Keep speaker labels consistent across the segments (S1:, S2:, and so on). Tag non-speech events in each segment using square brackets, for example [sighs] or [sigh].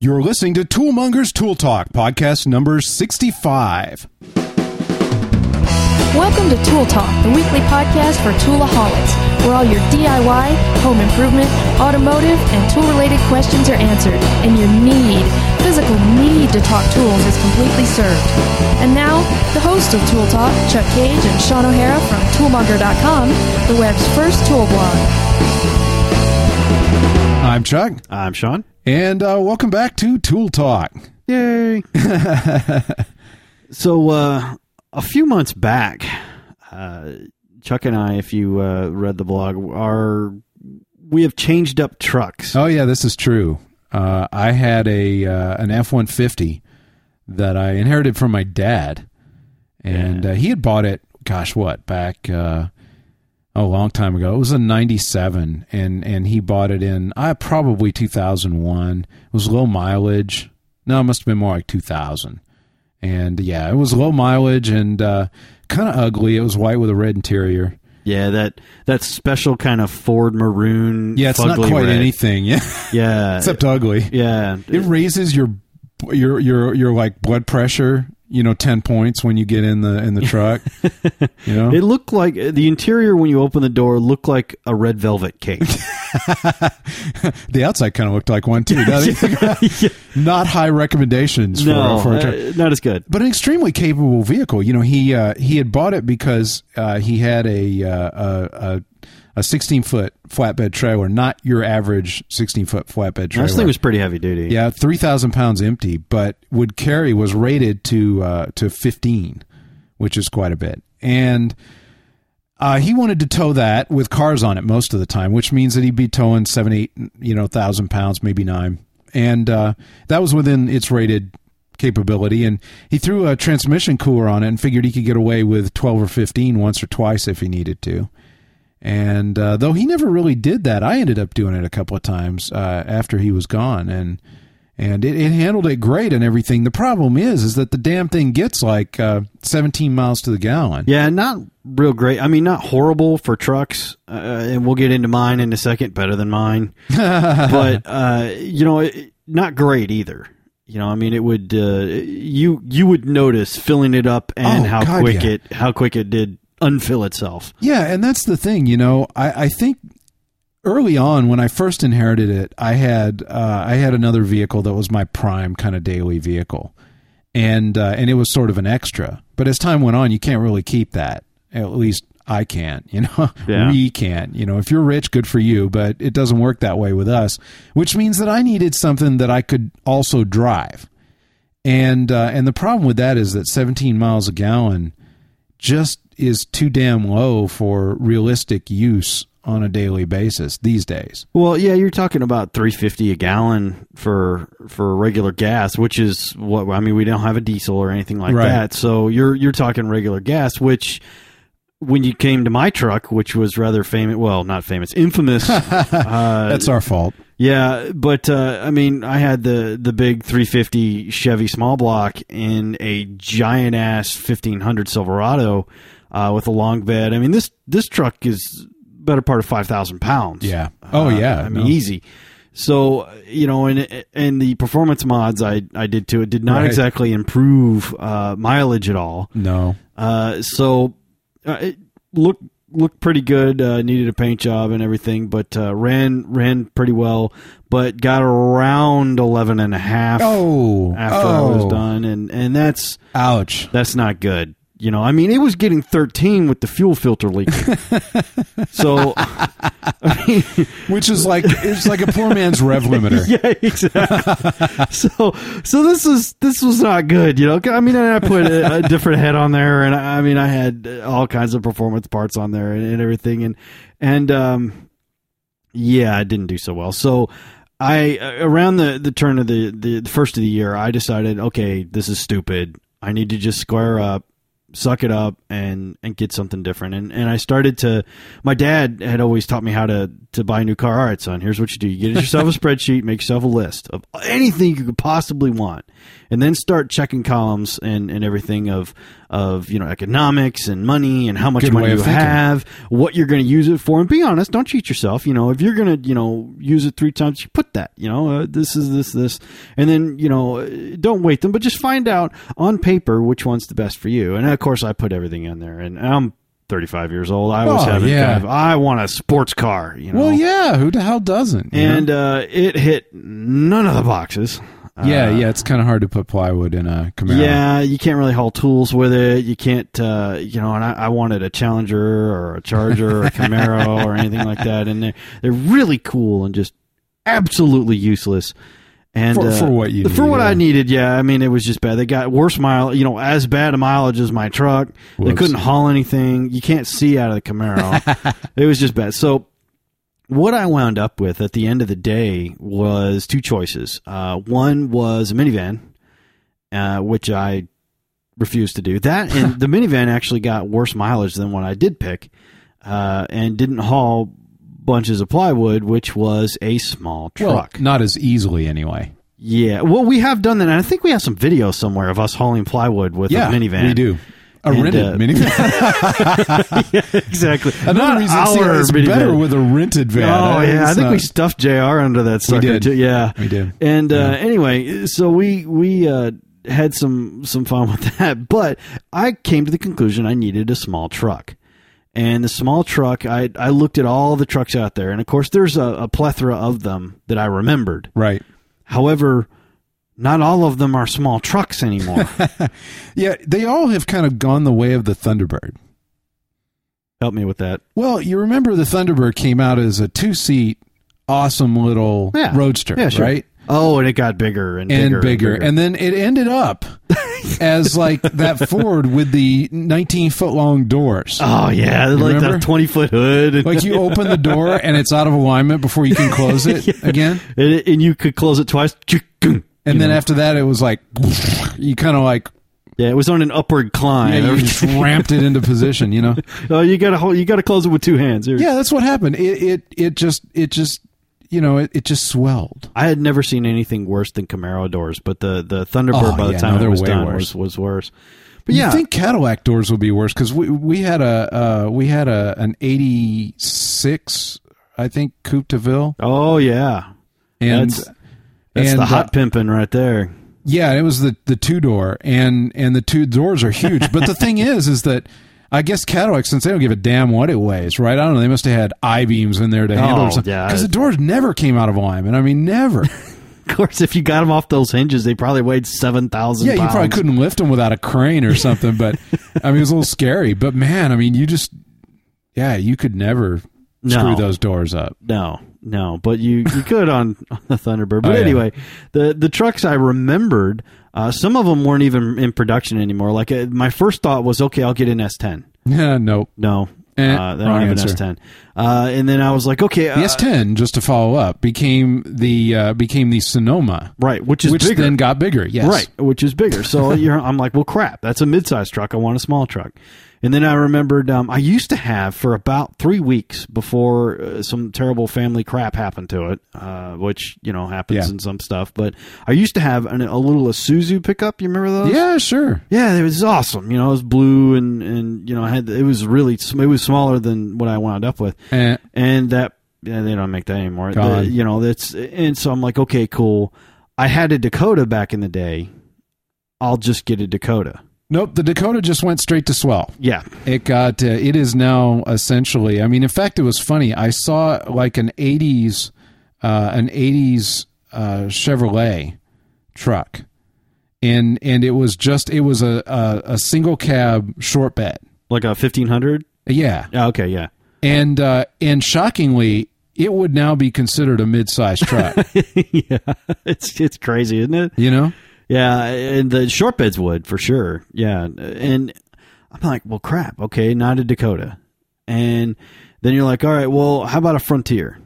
S1: You're listening to Toolmonger's Tool Talk, podcast number 65.
S2: Welcome to Tool Talk, the weekly podcast for toolaholics, where all your DIY, home improvement, automotive, and tool-related questions are answered, and your need, physical need to talk tools is completely served. And now, the hosts of Tool Talk, Chuck Cage and Sean O'Hara from Toolmonger.com, the web's first tool blog.
S1: I'm Chuck,
S3: I'm Sean.
S1: and uh, welcome back to Tool Talk.
S3: Yay. [laughs] so, uh, a few months back, uh, Chuck and I, if you uh, read the blog, are we have changed up trucks.
S1: Oh yeah, this is true. Uh, I had a uh, an F one fifty that I inherited from my dad, and uh, he had bought it. Gosh, what back uh, a long time ago? It was a ninety seven, and and he bought it in I probably two thousand one. It was low mileage. No, it must have been more like two thousand. And yeah, it was low mileage and uh, kind of ugly. It was white with a red interior.
S3: Yeah, that that special kind of Ford maroon.
S1: Yeah, it's not
S3: fugly
S1: quite
S3: red.
S1: anything. [laughs] Yeah,
S3: Yeah,
S1: except ugly.
S3: yeah.
S1: it raises your your your your like blood pressure you know 10 points when you get in the in the
S3: [laughs]
S1: truck you know
S3: It looked like the interior when you open the door looked like a red velvet cake.
S1: [laughs] the outside kind of looked like one too doesn't
S3: [laughs]
S1: it? [laughs] not high recommendations for,
S3: no,
S1: for a truck
S3: uh, not as good.
S1: but an extremely capable vehicle you know he uh, he had bought it because uh, he had a uh, a, a a 16 foot flatbed trailer not your average 16 foot flatbed trailer
S3: This thing was pretty heavy duty.
S1: Yeah, three thousand pounds empty, but would carry was rated to uh, to fifteen, which is quite a bit. And uh, he wanted to tow that with cars on it most of the time, which means that he'd be towing seven, eight, you know, thousand pounds, maybe nine, and uh, that was within its rated capability. And he threw a transmission cooler on it and figured he could get away with twelve or fifteen once or twice if he needed to. And uh, though he never really did that, I ended up doing it a couple of times uh, after he was gone, and and it, it handled it great and everything. The problem is, is that the damn thing gets like uh, 17 miles to the gallon.
S3: Yeah, not real great. I mean, not horrible for trucks, uh, and we'll get into mine in a second. Better
S1: [laughs]
S3: than mine, but uh, you know, it, not great either. You know, I mean, it would uh, you you would notice filling it up and
S1: Oh,
S3: how
S1: God,
S3: quick
S1: yeah.
S3: it how quick it did unfill itself.
S1: Yeah, and that's the thing, you know. I, I think early on when I first inherited it, I had uh, I had another vehicle that was my prime kind of daily vehicle, and uh, and it was sort of an extra. But as time went on, you can't really keep that. At least I can't. [laughs] You know,
S3: Yeah.
S1: we can't. You know, if you're rich, good for you. But it doesn't work that way with us, which means that I needed something that I could also drive. And uh, and the problem with that is that 17 miles a gallon just is too damn low for realistic use on a daily basis these days.
S3: Well, yeah, you're talking about three fifty a gallon for for regular gas, which is what I mean. We don't have a diesel or anything like
S1: Right.
S3: that, so you're you're talking regular gas, which when you came to my truck, which was rather famous, well, not famous,
S1: [laughs]
S3: infamous. uh,
S1: That's our fault.
S3: yeah, but uh, I mean, I had the the big three fifty Chevy small block in a giant ass fifteen hundred Silverado uh, with a long bed. I mean this this truck is better part of five thousand pounds.
S1: Yeah. Oh,
S3: Uh,
S1: yeah.
S3: I mean,
S1: No.
S3: easy. So you know, and and the performance mods I I did to it did not
S1: Right.
S3: exactly improve uh, mileage at all.
S1: No.
S3: Uh, so uh, it looked looked pretty good. Uh, needed a paint job and everything, but uh, ran ran pretty well. But got around eleven and a half
S1: Oh.
S3: after
S1: oh.
S3: I was done, and and that's
S1: Ouch.
S3: that's not good. You know, I mean, it was getting thirteen with the fuel
S1: [laughs]
S3: filter leaking. so
S1: Which is like it's like a poor man's [laughs] rev limiter.
S3: [laughs] yeah, exactly. [laughs] so, so this is this was not good, you know. I mean, and I put a, a different head on there, and I, I mean, I had all kinds of performance parts on there and, and everything, and and um, yeah, I didn't do so well. So, I uh, around the the turn of the the first of the year, I decided, okay, this is stupid. I need to just square up, suck it up and and get something different and and i started to my dad had always taught me how to to buy a new car all right son here's what you do you get yourself
S1: [laughs]
S3: a spreadsheet make yourself a list of anything you could possibly want and then start checking columns and and everything of of you know economics and money and how much
S1: Good way
S3: money
S1: of
S3: you
S1: thinking.
S3: have have, what you're going to use it for, and be honest. Don't cheat yourself. You know, if you're going to, you know, use it three times, you put that. You know, uh, this is this this, and then you know, uh, don't wait them, but just find out on paper which one's the best for you. And of course, I put everything in there, and I'm 35 years old. I always
S1: Oh,
S3: have it.
S1: yeah.
S3: Kind of, I want a sports car. You know,
S1: Well, yeah. Who the hell doesn't? you know?
S3: and uh, it hit none of the boxes.
S1: yeah,
S3: Uh,
S1: yeah, it's kind of hard to put plywood in a Camaro.
S3: Yeah, you can't really haul tools with it. You can't, uh, you know. And I, I wanted a Challenger or a
S1: [laughs]
S3: Charger or a Camaro or anything like that. And they're they're really cool and just absolutely useless. And
S1: For-
S3: uh,
S1: for what you
S3: for
S1: need,
S3: what
S1: yeah.
S3: I needed, yeah. I mean, it was just bad. They got worse mile, you know, as bad a mileage as my truck. They
S1: Whoops.
S3: couldn't haul anything. You can't see out of
S1: [laughs]
S3: the Camaro. it was just bad. So what I wound up with at the end of the day was two choices. Uh, one was a minivan, uh, which I refused to do. That
S1: [laughs]
S3: and the minivan actually got worse mileage than what I did pick, uh, and didn't haul bunches of plywood, which was a small
S1: Well,
S3: truck.
S1: not as easily anyway.
S3: yeah, well, we have done that, and I think we have some video somewhere of us hauling plywood with
S1: Yeah,
S3: a minivan.
S1: we do. A
S3: And,
S1: rented
S3: uh, [laughs]
S1: minivan.
S3: yeah, [laughs] exactly.
S1: Another
S3: Not
S1: reason see,
S3: our
S1: it's
S3: minivan.
S1: better with a rented van.
S3: Oh
S1: It's
S3: yeah, I think
S1: not-
S3: we stuffed Jr. under that sucker
S1: did.
S3: too. Yeah,
S1: We did.
S3: And uh, anyway, so we we uh, had some some fun [laughs] with that, but I came to the conclusion I needed a small truck. And the small truck, I I looked at all the trucks out there, and of course, there's a, a plethora of them that I remembered.
S1: right.
S3: However, not all of them are small
S1: [laughs]
S3: trucks anymore.
S1: Yeah, they all have kind of gone the way of the Thunderbird.
S3: Help me with that.
S1: Well, you remember the Thunderbird came out as a two seat, awesome little
S3: Yeah.
S1: roadster,
S3: Yeah, sure.
S1: right?
S3: Oh, and it got bigger and,
S1: And
S3: bigger,
S1: bigger. And then it ended
S3: [laughs]
S1: up as like that Ford with the 19 foot long doors.
S3: oh yeah, like
S1: remember?
S3: that twenty foot hood. and-
S1: Like you open the door and it's out of alignment before you can close
S3: [laughs]
S1: it again.
S3: and, and you could close it twice.
S1: And then after that, it was like [laughs] you kind of like
S3: Yeah, it was on an upward
S1: yeah,
S3: climb.
S1: you just ramped it into position, you know.
S3: [laughs] oh, you gotta hold, you gotta close it with two hands. Here.
S1: Yeah, that's what happened. It it it just it just you know it, it just swelled.
S3: I had never seen anything worse than Camaro doors, but the the Thunderbird
S1: Oh,
S3: by the
S1: yeah, no,
S3: time
S1: they're
S3: it was
S1: way
S3: done
S1: worse.
S3: was was worse. But
S1: But
S3: yeah,
S1: you think Cadillac doors would be worse because we we had a uh, we had a an eighty six I think Coupe de Ville
S3: oh yeah,
S1: and
S3: That's- that's
S1: and,
S3: the hot
S1: uh,
S3: pimping right there. [laughs]
S1: yeah, it was the the two door and and the two doors are huge. but the thing is, is that. I guess Cadillac, since they don't give a damn what it weighs, right? I don't know. They must have had I beams in there to handle
S3: Oh,
S1: it or something.
S3: yeah.
S1: Because the doors never came out of alignment. I mean, never.
S3: Of course, if you got them off those hinges, they probably weighed seven thousand.
S1: Yeah, you probably couldn't lift them without a crane or something. But I mean, it was a little scary. But man, I mean, you just yeah, you could never
S3: No.
S1: screw those doors up. [laughs]
S3: No, no, but you you could on, [laughs] on the Thunderbird. But
S1: Oh, yeah.
S3: anyway, the the trucks I remembered, uh, some of them weren't even in production anymore. Like uh, my first thought was, okay, I'll get an S10.
S1: Yeah, nope.
S3: No,
S1: Eh,
S3: uh, they don't
S1: wrong
S3: have
S1: answer.
S3: an S10. Uh, and then I was like, okay, uh,
S1: The S10, just to follow up, became the uh, became the Sonoma,
S3: uh, right, which is
S1: which
S3: bigger,
S1: then got bigger. Yes,
S3: right, which is bigger. So
S1: [laughs]
S3: you're, I'm like, well, crap, that's a midsize truck. I want a small truck. And then I remembered um, I used to have for about three weeks before uh, some terrible family crap happened to it, uh, which you know happens
S1: Yeah.
S3: in some stuff. But I used to have an, a little Isuzu pickup. You remember those?
S1: Yeah, sure.
S3: Yeah, it was awesome. You know, it was blue and and you know I had it was really sm- it was smaller than what I wound up with.
S1: Eh.
S3: and that yeah, they don't make that anymore. The-
S1: Gone.
S3: you know, that's and so I'm like, okay, cool. I had a Dakota back in the day. I'll just get a Dakota.
S1: Nope, the Dakota just went straight to swell.
S3: Yeah,
S1: It got uh, it is now essentially. I mean, in fact, it was funny. I saw like an '80s, uh, an '80s uh, Chevrolet truck, and and it was just it was a a, a single cab short bed.
S3: like a fifteen hundred.
S1: Yeah,
S3: Yeah, okay, yeah. [laughs]
S1: and uh, and shockingly, it would now be considered a mid-sized truck. [laughs]
S3: yeah, it's it's crazy, isn't it?
S1: you know,
S3: Yeah, and the short beds would for sure. Yeah, and I'm like, well, crap. Okay, not a Dakota, and then you're like, all right, well, how about a Frontier?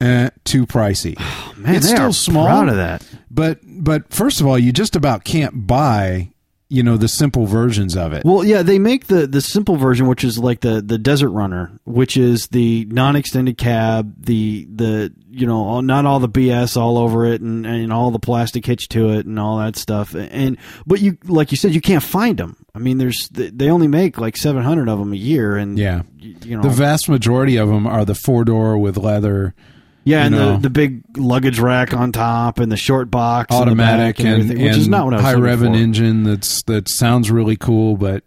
S1: eh, too pricey.
S3: Man,
S1: It's
S3: they
S1: still
S3: are
S1: small.
S3: Proud of that.
S1: But but first of all, you just about can't buy you know the simple versions of it.
S3: Well, yeah, they make the the simple version, which is like the the Desert Runner, which is the non extended cab, the the you know all- not all the BS all over it, and and all the plastic hitch to it, and all that stuff. And but you like you said, you can't find them. I mean, there's they only make like seven hundred of them a year, and
S1: Yeah.
S3: you, you know
S1: the vast majority of them are the four door with leather
S3: yeah,
S1: you
S3: and
S1: know.
S3: the, the big luggage rack on top, and the short box, in the
S1: automatic
S3: back and,
S1: and,
S3: everything, which is
S1: and
S3: not what I was
S1: high
S3: looking
S1: rev
S3: for.
S1: engine that's that sounds really cool but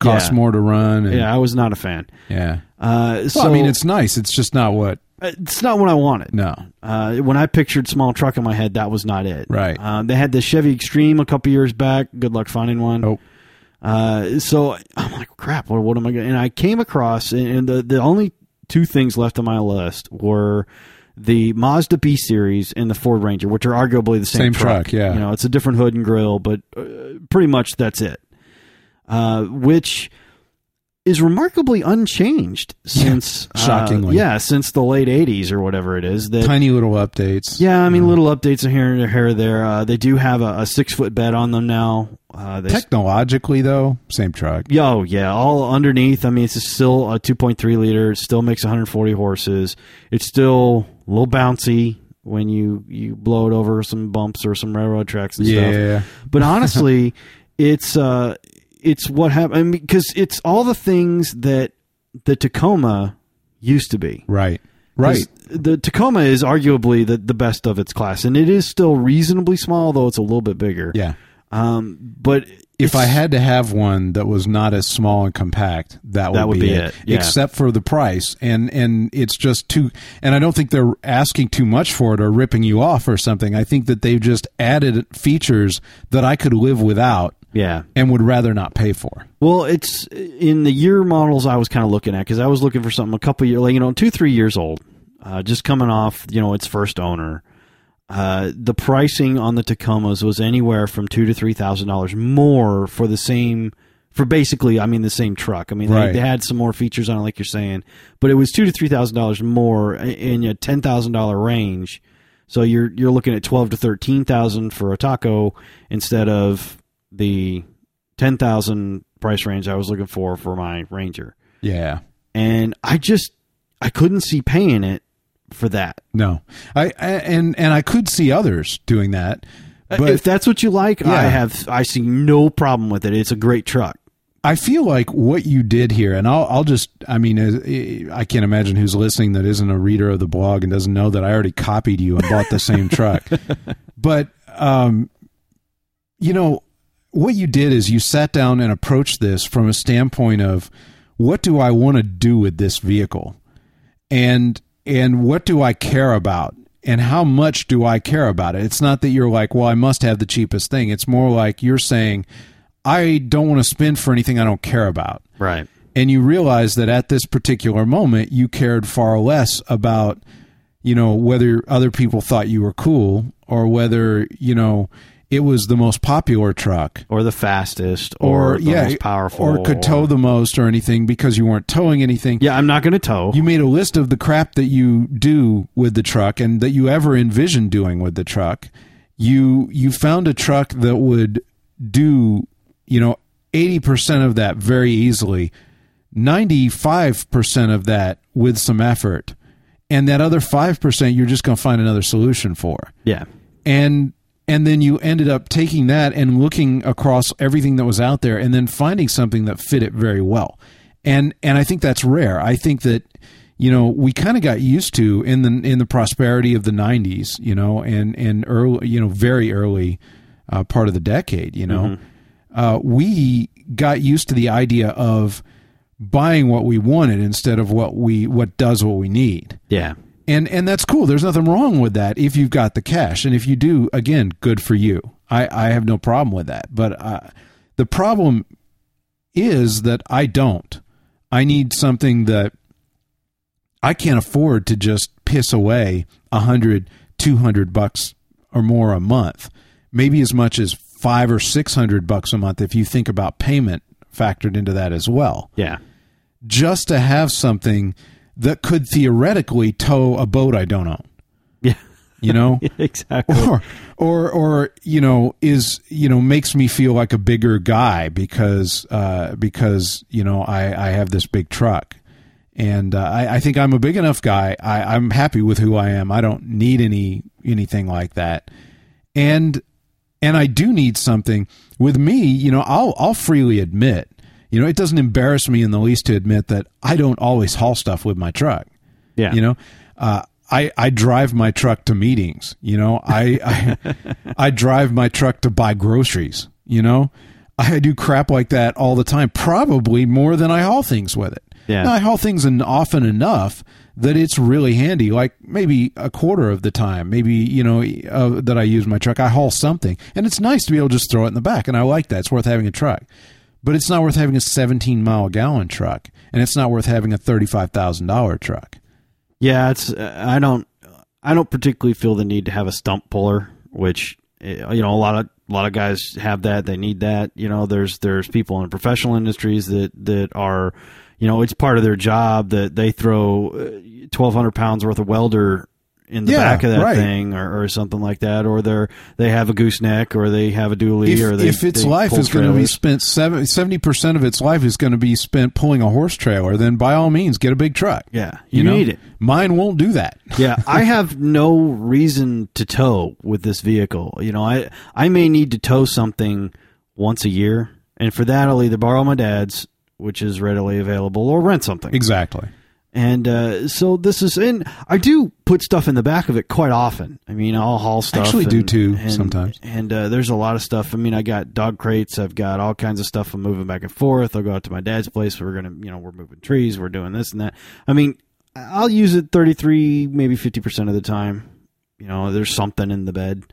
S1: costs
S3: Yeah.
S1: more to run. And,
S3: Yeah, I was not a fan.
S1: yeah.
S3: Uh, so uh,
S1: Well, I mean, it's nice. It's just not what.
S3: it's not what I wanted.
S1: No,
S3: Uh, when I pictured small truck in my head, that was not it.
S1: Right.
S3: Uh, they had the Chevy Extreme a couple years back. Good luck finding one.
S1: Oh.
S3: Uh, so I'm like, crap. What, what am I going? to And I came across, and, and the the only two things left on my list were the Mazda B series and the Ford Ranger, which are arguably the
S1: Same
S3: same,
S1: truck, yeah.
S3: You know, it's a different hood and grill, but uh, pretty much that's it. Uh, which is remarkably unchanged since uh,
S1: Shockingly.
S3: yeah, since the late '80s or whatever it is. That
S1: tiny little updates.
S3: yeah, I mean, little updates are here and here or there. Uh, they do have a, a six foot bed on them now. Uh, they,
S1: Technologically, though, same truck.
S3: yo, yeah, all underneath. I mean, it's still a 2.3 liter. It still makes 140 horses. It's still a little bouncy when you you blow it over some bumps or some railroad tracks and stuff.
S1: Yeah.
S3: But honestly, [laughs] it's uh, it's what happened I mean, because it's all the things that the Tacoma used to be.
S1: Right. Right.
S3: 'Cause The Tacoma is arguably the, the best of its class, and it is still reasonably small, though it's a little bit bigger.
S1: Yeah.
S3: Um, but
S1: If
S3: it's-
S1: I had to have one that was not as small and compact, that would,
S3: That would
S1: be,
S3: be
S1: it.
S3: it, yeah.
S1: Except for the price, and and it's just too. And I don't think they're asking too much for it or ripping you off or something. I think that they've just added features that I could live without
S3: yeah,
S1: and would rather not pay for.
S3: well, it's uh, in the year models I was kind of looking at because I was looking for something a couple year, like you know, two three years old, uh, just coming off you know its first owner. Uh, the pricing on the Tacomas was anywhere from two to three thousand dollars more for the same. For basically, I mean the same truck. I mean, they-
S1: Right.
S3: they had some more features on it, like you're saying, but it was two to three thousand dollars more i- in a ten thousand dollar range. So you're you're looking at twelve to thirteen thousand for a taco instead of the ten thousand price range I was looking for for my Ranger.
S1: Yeah.
S3: And I just I couldn't see paying it for that.
S1: No. I, I and and I could see others doing that, but
S3: Uh, if that's what you like, I
S1: Yeah.
S3: have I see no problem with it. It's a great truck.
S1: I feel like what you did here, and I'll, I'll just, I mean, uh, I can't imagine who's listening that isn't a reader of the blog and doesn't know that I already copied you and bought the same truck. But, um, you know, what you did is you sat down and approached this from a standpoint of what do I want to do with this vehicle? and and what do I care about and how much do I care about it? It's not that you're like, well, I must have the cheapest thing. It's more like you're saying, I don't want to spend for anything I don't care about.
S3: Right.
S1: And you realize that at this particular moment, you cared far less about, you know, whether other people thought you were cool or whether, you know, it was the most popular truck
S3: Or the fastest or,
S1: or,
S3: the
S1: yeah,
S3: most powerful.
S1: or could tow the most or anything because you weren't towing anything.
S3: Yeah, I'm not gonna tow.
S1: You made a list of the crap that you do with the truck and that you ever envisioned doing with the truck. You you found a truck that would do, you know, 80% of that very easily, 95% of that with some effort. And that other 5% you're just going to find another solution for
S3: yeah.
S1: and and then you ended up taking that and looking across everything that was out there and then finding something that fit it very well and and i think that's rare i think that you know we kind of got used to in the in the prosperity of the 90s you know and and early you know very early uh, part of the decade you know uh, we got used to the idea of buying what we wanted instead of what we what does what we need
S3: Yeah.
S1: and and that's cool. There's nothing wrong with that if you've got the cash, and if you do, again, good for you. I I have no problem with that. But uh, the problem is that I don't. I need something that I can't afford to just piss away a hundred, two hundred bucks or more a month. Maybe as much as five or six hundred bucks a month if you think about payment factored into that as well
S3: Yeah. [laughs]
S1: just to have something that could theoretically tow a boat I don't own.
S3: Yeah.
S1: you know?
S3: exactly.
S1: or or or you know is you know makes me feel like a bigger guy because uh, because you know I I have this big truck and uh, I, I think I'm a big enough guy I, I'm happy with who I am I don't need any anything like that and and I do need something with me you know I'll I'll freely admit you know it doesn't embarrass me in the least to admit that I don't always haul stuff with my truck
S3: yeah.
S1: you know, uh, I I drive my truck to meetings. You know, I I, [laughs] I drive my truck to buy groceries. You know, I do crap like that all the time. Probably more than I haul things with it.
S3: Yeah.
S1: Now, I haul things and often enough that it's really handy. Like maybe a quarter of the time, maybe you know uh, that I use my truck, I haul something, and it's nice to be able to just throw it in the back. And I like that. It's worth having a truck. But it's not worth having a 17 mile gallon truck, and it's not worth having a $35,000 truck.
S3: Yeah, it's uh, I don't I don't particularly feel the need to have a stump puller, which eh, you know a lot of a lot of guys have that. They need that. You know, there's there's people in professional industries that that are you know it's part of their job that they throw uh, twelve hundred pounds worth of welder in the
S1: Yeah,
S3: back of that
S1: right.
S3: thing or, or something like that, or they're they have a gooseneck or they have a dually
S1: if,
S3: or they
S1: if its
S3: they
S1: life
S3: pull
S1: is going to be
S3: trailers.
S1: spent seven- 70% of its life is going to be spent pulling a horse trailer then by all means get a big truck
S3: yeah, you,
S1: know?
S3: need it.
S1: mine won't do that [laughs]
S3: [laughs] yeah, I have no reason to tow with this vehicle. You know, I I may need to tow something once a year, and for that I'll either borrow my dad's, which is readily available, or rent something.
S1: exactly
S3: And uh, so this is, and I do put stuff in the back of it quite often. I mean, I'll haul stuff.
S1: Actually do
S3: and-
S1: too,
S3: and-
S1: sometimes.
S3: And uh, there's a lot of stuff. I mean, I got dog crates. I've got all kinds of stuff. I'm moving back and forth. I'll go out to my dad's place. We're gonna, you know, we're moving trees. We're doing this and that. I mean, I'll use it 33, maybe 50 percent of the time. You know, there's something in the bed.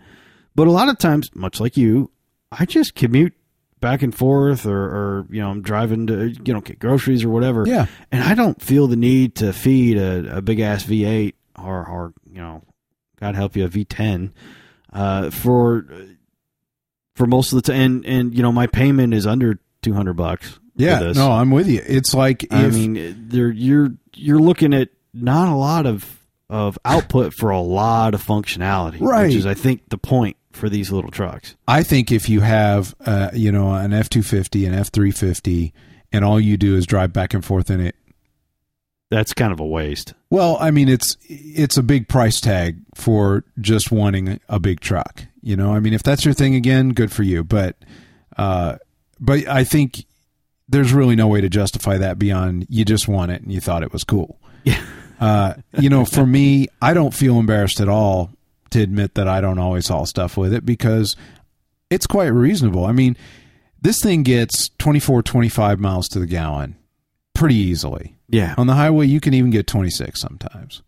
S3: But a lot of times, much like you, I just commute back and forth, or, or you know, I'm driving to you know get groceries or whatever.
S1: Yeah.
S3: and I don't feel the need to feed a, a big ass V8 or or you know, God help you, a V10 uh, for for most of the time. And and you know, my payment is under two hundred bucks. for
S1: yeah
S3: this.
S1: no i'm with you it's like if,
S3: I mean, there you're you're looking at not a lot of of output for a lot of functionality,
S1: Right.
S3: Which is, I think, the point for these little trucks.
S1: i think if you have uh, you know an f250 an f350 and all you do is drive back and forth in it
S3: That's kind of a waste.
S1: Well, I mean, it's it's a big price tag for just wanting a big truck. You know, I mean, if that's your thing again, good for you. But, uh, but I think there's really no way to justify that beyond you just want it and you thought it was cool.
S3: Yeah.
S1: [laughs] Uh, you know, for me, I don't feel embarrassed at all to admit that I don't always haul stuff with it because it's quite reasonable. I mean, this thing gets 24, 25 miles to the gallon pretty easily.
S3: Yeah,
S1: On the highway, you can even get 26 sometimes.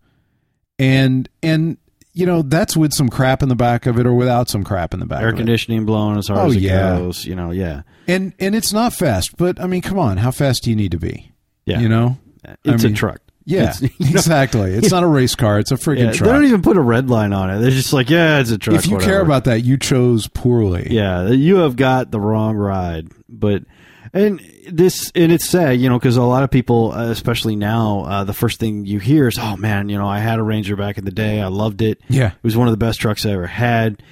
S1: And and you know that's with some crap in the back of it or without some crap in the back
S3: air
S1: of it.
S3: conditioning blowing as hard
S1: Oh,
S3: as it
S1: yeah.
S3: goes. You know, yeah,
S1: And and it's not fast, but I mean, come on, how fast do you need to be?
S3: yeah.
S1: You know,
S3: it's
S1: mean,
S3: a truck.
S1: yeah,
S3: It's- [laughs] you know,
S1: exactly. It's not a race car; it's a freaking
S3: yeah, they
S1: truck.
S3: don't even put a red line on it. They're just like, yeah, it's a truck.
S1: if you
S3: whatever.
S1: care about that, you chose poorly.
S3: Yeah, you have got the wrong ride. But and this and it's sad, you know, because a lot of people, uh, especially now, uh, the first thing you hear is, "Oh man, you know, I had a Ranger back in the day. I loved it.
S1: Yeah.
S3: it was one of the best trucks I ever had."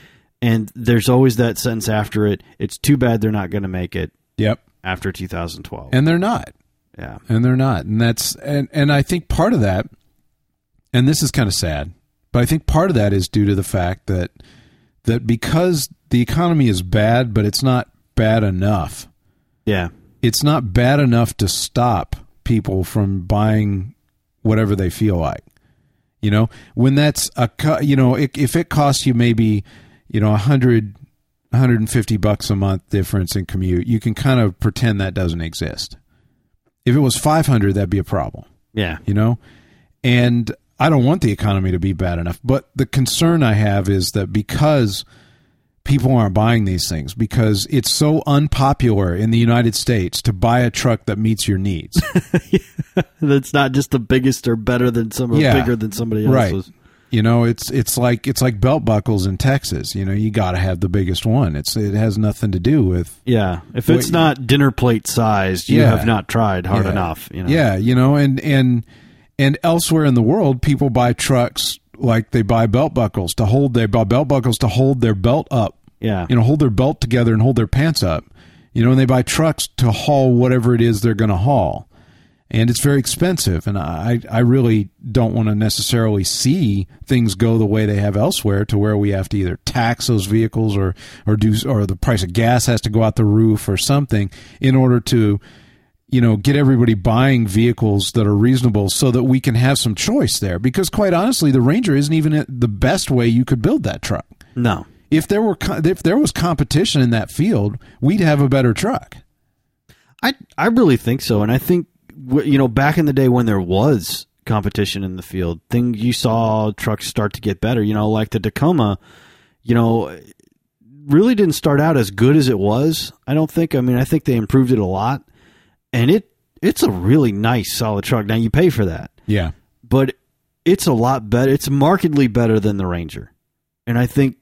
S3: And there's always that sentence after it. It's too bad they're not going to make it
S1: Yep.
S3: after 2012.
S1: And they're not.
S3: yeah,
S1: and they're not and that's and and i think part of that and this is kind of sad but i think part of that is due to the fact that that because the economy is bad but it's not bad enough
S3: yeah,
S1: it's not bad enough to stop people from buying whatever they feel like you know when that's a co- you know if, if it costs you maybe you know 100 150 bucks a month difference in commute you can kind of pretend that doesn't exist if it was 500 that'd be a problem
S3: yeah,
S1: you know and i don't want the economy to be bad enough but the concern i have is that because people aren't buying these things because it's so unpopular in the united states to buy a truck that meets your needs
S3: That's not just the biggest or better than some or
S1: Yeah.
S3: bigger than somebody
S1: right
S3: else's.
S1: you know it's it's like it's like belt buckles in texas you know you got to have the biggest one it's it has nothing to do with
S3: Yeah, if
S1: What
S3: it's
S1: you-
S3: not dinner plate sized, you
S1: Yeah.
S3: have not tried hard
S1: Yeah.
S3: enough. You know.
S1: Yeah, you know, and and and elsewhere in the world, people buy trucks like they buy belt buckles to hold they buy belt buckles to hold their belt up
S3: Yeah.
S1: you know hold their belt together and hold their pants up you know and they buy trucks to haul whatever it is they're going to haul and it's very expensive and i i really don't want to necessarily see things go the way they have elsewhere to where we have to either tax those vehicles or or do or the price of gas has to go out the roof or something in order to you know get everybody buying vehicles that are reasonable so that we can have some choice there because quite honestly the ranger isn't even the best way you could build that truck
S3: No.
S1: if there were co- if there was competition in that field, we'd have a better truck.
S3: I I really think so, and I think w- you know back in the day when there was competition in the field, thing you saw trucks start to get better. You know, like the Tacoma, you know, really didn't start out as good as it was. I don't think. I mean, I think they improved it a lot, and it it's a really nice, solid truck. Now you pay for that,
S1: Yeah,
S3: but it's a lot better. It's markedly better than the Ranger, and I think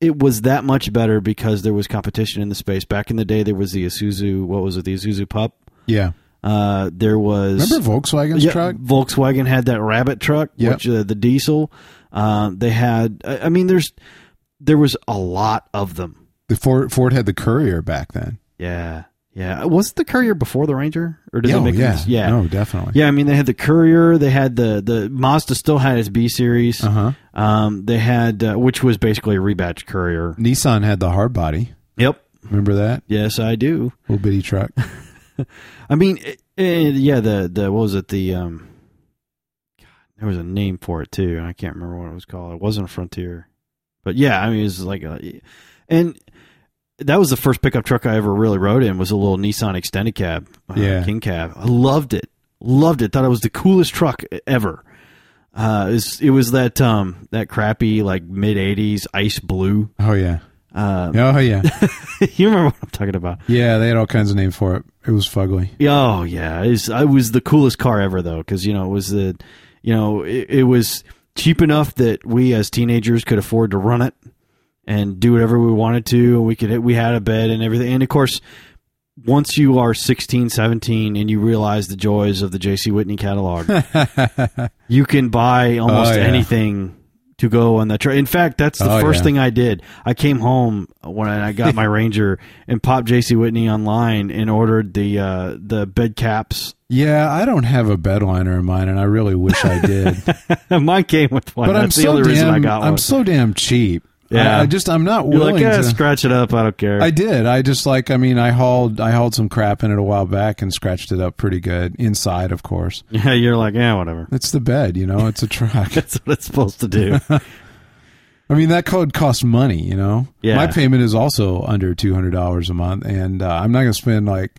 S3: it was that much better because there was competition in the space. Back in the day, there was the Isuzu. What was it? The Isuzu Pup.
S1: yeah.
S3: Uh, there was
S1: Remember Volkswagen's
S3: yeah,
S1: truck?
S3: Volkswagen had that Rabbit truck,
S1: Yep.
S3: which uh, the diesel. Uh, they had. I, I mean, there's there was a lot of them.
S1: The Ford Ford had the Courier back then.
S3: Yeah, yeah. Was the Courier before the Ranger, or did
S1: Yeah, oh,
S3: they make
S1: yeah,
S3: this- Yeah,
S1: no, definitely.
S3: yeah. I mean, they had the Courier. They had the the Mazda still had its B series.
S1: Uh huh.
S3: Um, they had uh, which was basically a rebatch Courier.
S1: Nissan had the hard body.
S3: Yep.
S1: Remember that
S3: Yes, I do.
S1: little bitty truck?
S3: [laughs] I mean, it, it- yeah, the the what was it? The um, God, there was a name for it too, and I can't remember what it was called. It wasn't a frontier, but yeah, I mean, it was like a, and that was the first pickup truck I ever really rode in was a little Nissan extended cab, uh,
S1: Yeah.
S3: King cab. I loved it, loved it. Thought it was the coolest truck e-, ever. Uh, it was, it was that um that crappy like mid '80s ice blue.
S1: Oh yeah.
S3: Uh,
S1: Oh yeah.
S3: [laughs] you remember what I'm talking about?
S1: yeah, they had all kinds of names for it. It was fugly.
S3: Yeah, Oh yeah, it's, I was the coolest car ever though, because you know it was the, you know it, it was cheap enough that we as teenagers could afford to run it and do whatever we wanted to, and we could we had a bed and everything, and of course. Once you are 16, 17, and you realize the joys of the J.C. Whitney
S1: [laughs]
S3: catalog, you can buy almost
S1: Oh, yeah.
S3: anything to go on that trip. In fact, that's the
S1: Oh,
S3: first
S1: yeah.
S3: thing I did. I came home when I
S1: [laughs]
S3: got my Ranger and popped J.C. Whitney online and ordered the uh, the bed caps. [laughs]
S1: Yeah, I don't have a bedliner in mine, and I really wish I
S3: [laughs]
S1: did.
S3: Mine came with one.
S1: but I'm
S3: that's the
S1: so
S3: only
S1: damn.
S3: reason I got one.
S1: I'm so damn cheap.
S3: Yeah.
S1: I, I just I'm not
S3: You're
S1: willing
S3: like, yeah,
S1: to
S3: scratch it up. I don't care.
S1: I did. I just like. I mean, I hauled. I hauled some crap in it a while back and scratched it up pretty good inside. Of course,
S3: [laughs] yeah, you're like, yeah, whatever. [laughs]
S1: it's the bed. You know, it's a truck.
S3: That's what it's supposed
S1: [laughs]
S3: to do.
S1: I mean, that code costs money. You know,
S3: Yeah.
S1: my payment is also under two hundred dollars a month, and uh, I'm not going to spend like,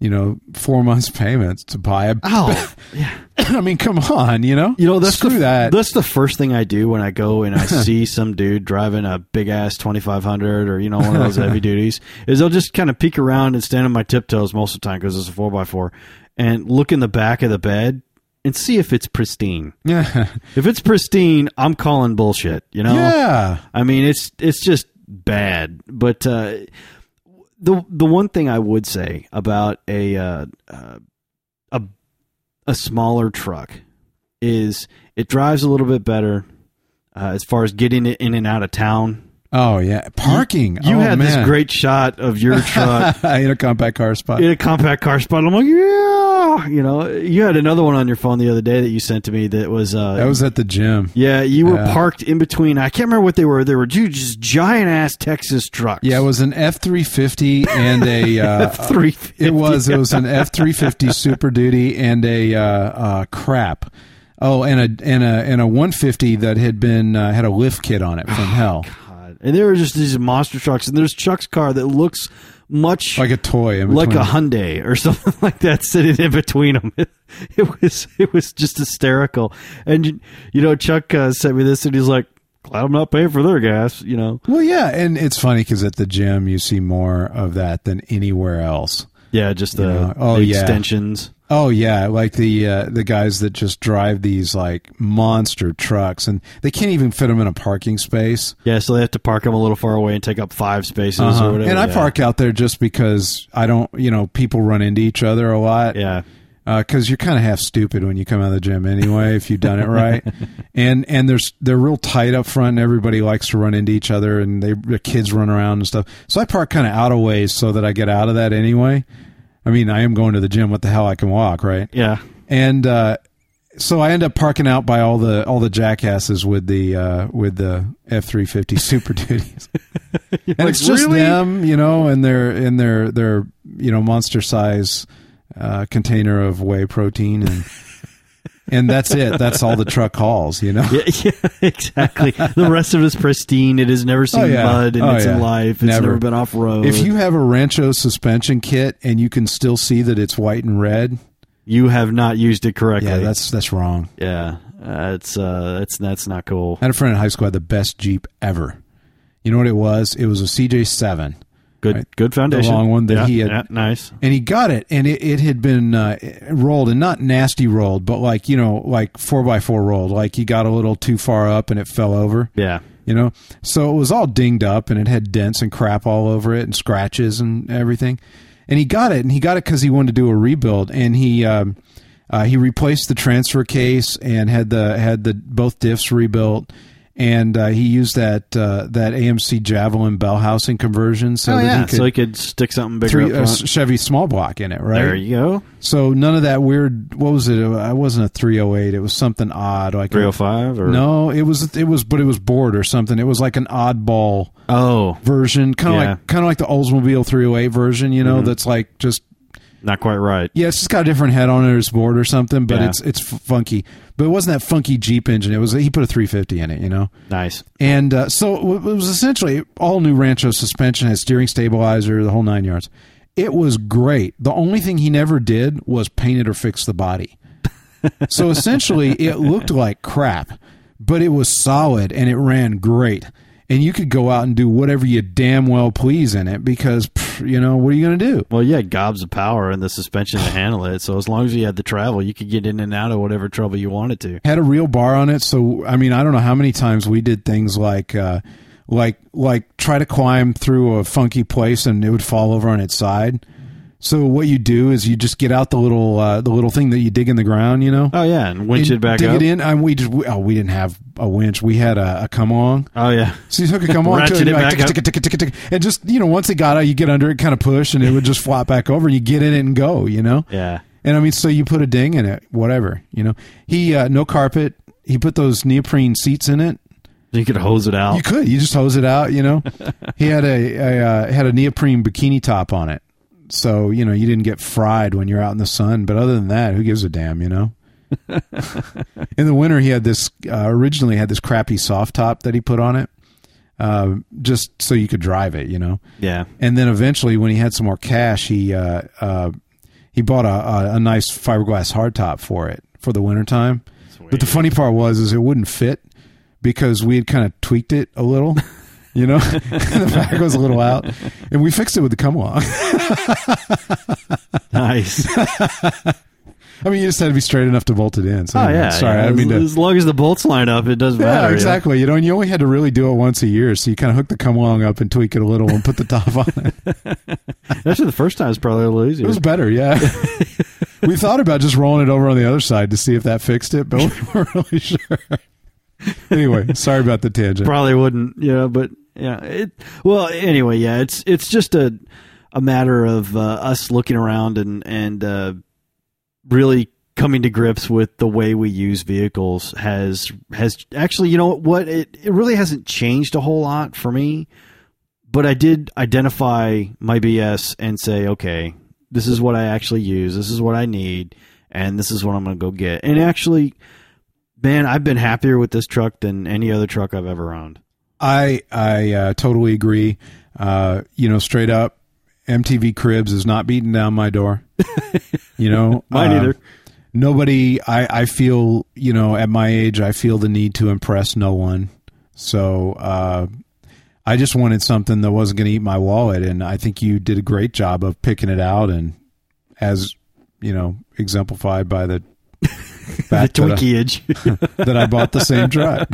S1: you know, four [laughs] months payments to buy a.
S3: oh, yeah.
S1: [laughs] I mean, come on. You know,
S3: You know, that's
S1: screw
S3: the,
S1: that.
S3: That's the first thing I do when I go and I see some dude driving a big ass twenty five hundred or you know one of those heavy duties. Is they'll just kind of peek around and stand on my tiptoes most of the time because it's a four x four, and look in the back of the bed and see if it's pristine.
S1: [laughs] yeah,
S3: If it's pristine, I'm calling bullshit. You know.
S1: yeah.
S3: I mean, it's it's just bad. But uh, the the one thing I would say about a uh, uh, a a smaller truck is it drives a little bit better uh, as far as getting it in and out of town.
S1: Oh yeah, parking.
S3: You
S1: oh, man.
S3: had
S1: [laughs]
S3: this great shot of your truck
S1: in a compact car spot.
S3: in a compact car spot. I'm like, yeah, you know. You had another one on your phone the other day that you sent to me that was uh,
S1: I was at the gym.
S3: yeah, you were
S1: Yeah.
S3: parked in between. I can't remember what they were. They were ju- just giant ass Texas trucks.
S1: Yeah, it was an F three fifty and
S3: [laughs]
S1: a uh,
S3: three.
S1: It was. It was an F three fifty Super Duty and a uh, uh, crap. Oh, and a and a and a one fifty that had been uh, had a lift kit on it
S3: Oh,
S1: from hell,
S3: God. And there were just these monster trucks. And there's Chuck's car that looks much
S1: like a toy. In
S3: like a
S1: between.
S3: Hyundai or [laughs] something like that sitting in between them. [laughs] It, was it was just hysterical. And you, you know, Chuck uh, sent me this, and he's like, "Glad I'm not paying for their gas." You know.
S1: Well, yeah, and it's funny because at the gym you see more of that than anywhere else.
S3: Yeah, just the,
S1: Yeah. Oh,
S3: the
S1: yeah.
S3: extensions.
S1: Oh yeah, like the uh, the guys that just drive these like monster trucks, and they can't even fit them in a parking space.
S3: Yeah, so they have to park them a little far away and take up five spaces
S1: Uh-huh.
S3: or whatever.
S1: And I
S3: yeah.
S1: park out there just because I don't, you know, people run into each other a lot.
S3: Yeah.
S1: because you're kind of half stupid when you come out of the gym anyway if you've done it
S3: [laughs]
S1: right. and and there's they're real tight up front. And everybody likes to run into each other, and they the kids run around and stuff. So I park kind of out of ways so that I get out of that anyway. I mean, I am going to the gym. What the hell? I can walk, right?
S3: Yeah. [laughs]
S1: and uh, so I end up parking out by all the all the jackasses with the uh, with the F three fifty [laughs] Super
S3: [laughs]
S1: Duties, and
S3: like,
S1: it's just
S3: "Really?"
S1: them, you know, and their in their their you know monster size uh, container of whey protein
S3: [laughs]
S1: and. And that's it. That's all the truck hauls, you know.
S3: Yeah, yeah, [laughs] exactly. The rest of it is pristine. It has never seen
S1: Oh, yeah.
S3: mud in
S1: Oh,
S3: its
S1: yeah.
S3: life. It's
S1: Never.
S3: never, been off road.
S1: If you have a Rancho suspension kit and you can still see that it's white and red,
S3: you have not used it correctly,
S1: yeah, that's that's wrong.
S3: yeah, uh, it's uh, it's that's not cool.
S1: I had a friend in high school who had the best Jeep ever. You know what it was? It was a CJ7.
S3: Good,
S1: Right.
S3: good foundation.
S1: long one that
S3: yeah,
S1: he had-
S3: yeah, nice.
S1: and he got it and it, it had been uh, rolled and not nasty rolled but like you know like four by four rolled like he got a little too far up and it fell over
S3: Yeah,
S1: you know so it was all dinged up and it had dents and crap all over it and scratches and everything and he got it and he got it because he wanted to do a rebuild and he um, uh, he replaced the transfer case and had the had the both diffs rebuilt and uh, he used that uh, that AMC Javelin bell housing conversion so
S3: oh,
S1: that
S3: yeah.
S1: he could
S3: so he could stick something bigger
S1: three
S3: up
S1: a
S3: front.
S1: Chevy small block in it right
S3: There you go.
S1: so none of that weird. What was it? I wasn't a three hundred eight. It was something odd. Like
S3: Three hundred five or
S1: No, it was it was, but it was bored or something. It was like an oddball
S3: Oh,
S1: version, kind of
S3: Yeah. Mm-hmm.
S1: like kind of like the Oldsmobile three hundred eight version. You know, that's like just
S3: not quite right.
S1: yeah, it's just got a different head on it or it's bored or something. But
S3: Yeah.
S1: it's it's f- funky. But it wasn't that funky Jeep engine. It was he put a three fifty in it. You know.
S3: Nice.
S1: And uh, so it was essentially all new Rancho suspension, had steering stabilizer, the whole nine yards. It was great. The only thing he never did was paint it or fix the body. so essentially, it looked like crap, but it was solid and it ran great. And you could go out and do whatever you damn well please in it because, pff, you know, what are you going to do?
S3: Well, you had gobs of power and the
S1: [sighs]
S3: suspension to handle it. So as long as you had the travel, you could get in and out of whatever trouble you wanted to.
S1: had a real bar on it. So I mean, I don't know how many times we did things like uh, like like try to climb through a funky place and it would fall over on its side. So what you do is you just get out the little uh, the little thing that you dig in the ground, you know.
S3: Oh yeah, and winch
S1: And
S3: it back
S1: dig
S3: up.
S1: it in. And we just we, oh, we didn't have a winch. We had a, a come along.
S3: Oh yeah.
S1: So you took a come along to it,
S3: Ratchet
S1: and
S3: it
S1: you're like,
S3: back up.
S1: tick, tick, tick, tick, tick, tick, and just you know once it got out, you get under it, kind of push, and it would just flop back over, and you get in it and go, you know.
S3: Yeah.
S1: And I mean, so you put a ding in it, whatever, you know. He uh, no carpet. He put those neoprene seats in it.
S3: You could hose it out.
S1: You could, you just hose it out, you know. he had a, a uh, had a neoprene bikini top on it, so you know you didn't get fried when you're out in the sun. But other than that, who gives a damn, you know? in the winter, he had this uh, originally had this crappy soft top that he put on it, uh, just so you could drive it, you know.
S3: yeah. [laughs]
S1: And then eventually, when he had some more cash, he uh, uh, he bought a, a, a nice fiberglass hardtop for it for the wintertime. But the funny part was is it wouldn't fit because we had kind of tweaked it a
S3: [laughs]
S1: little. You know, [laughs] the back was a little out, and we fixed it with the come along. [laughs]
S3: Nice. Oh,
S1: I mean, you just had to be straight enough to bolt it in. So
S3: Oh
S1: anyway,
S3: yeah.
S1: sorry,
S3: yeah.
S1: I didn't mean
S3: as,
S1: to.
S3: as long as the bolts line up, it doesn't matter.
S1: Yeah,
S3: yeah.
S1: exactly. You know, and you only had to really do it once a year, so you kind of hook the come along up and tweak it a little and put the top on. it.
S3: Actually, the first time is probably a little
S1: It
S3: easier.
S1: was better,
S3: [laughs]
S1: yeah. we thought about just rolling it over on the other side to see if that fixed it, but we [laughs] weren't really sure. anyway, sorry about the tangent.
S3: probably wouldn't, you know. But yeah, it. Well, anyway, yeah. It's it's just a a matter of uh, us looking around and and uh, really coming to grips with the way we use vehicles has has actually you know what it, it really hasn't changed a whole lot for me but i did identify my bs and say okay this is what i actually use this is what i need and this is what i'm going to go get and actually man i've been happier with this truck than any other truck i've ever owned
S1: I I uh, totally agree. Uh, you know, straight up, MTV Cribs is not beating down my
S3: [laughs]
S1: door. You know, [laughs]
S3: Mine
S1: Uh,
S3: either.
S1: Nobody. I I feel you know at my age, I feel the need to impress no one. So uh, I just wanted something that wasn't going to eat my wallet, and I think you did a great job of picking it out, and as you know, exemplified by the
S3: [laughs] the
S1: fact that I- [laughs]
S3: twinkiage
S1: that I bought the same
S3: [laughs]
S1: truck.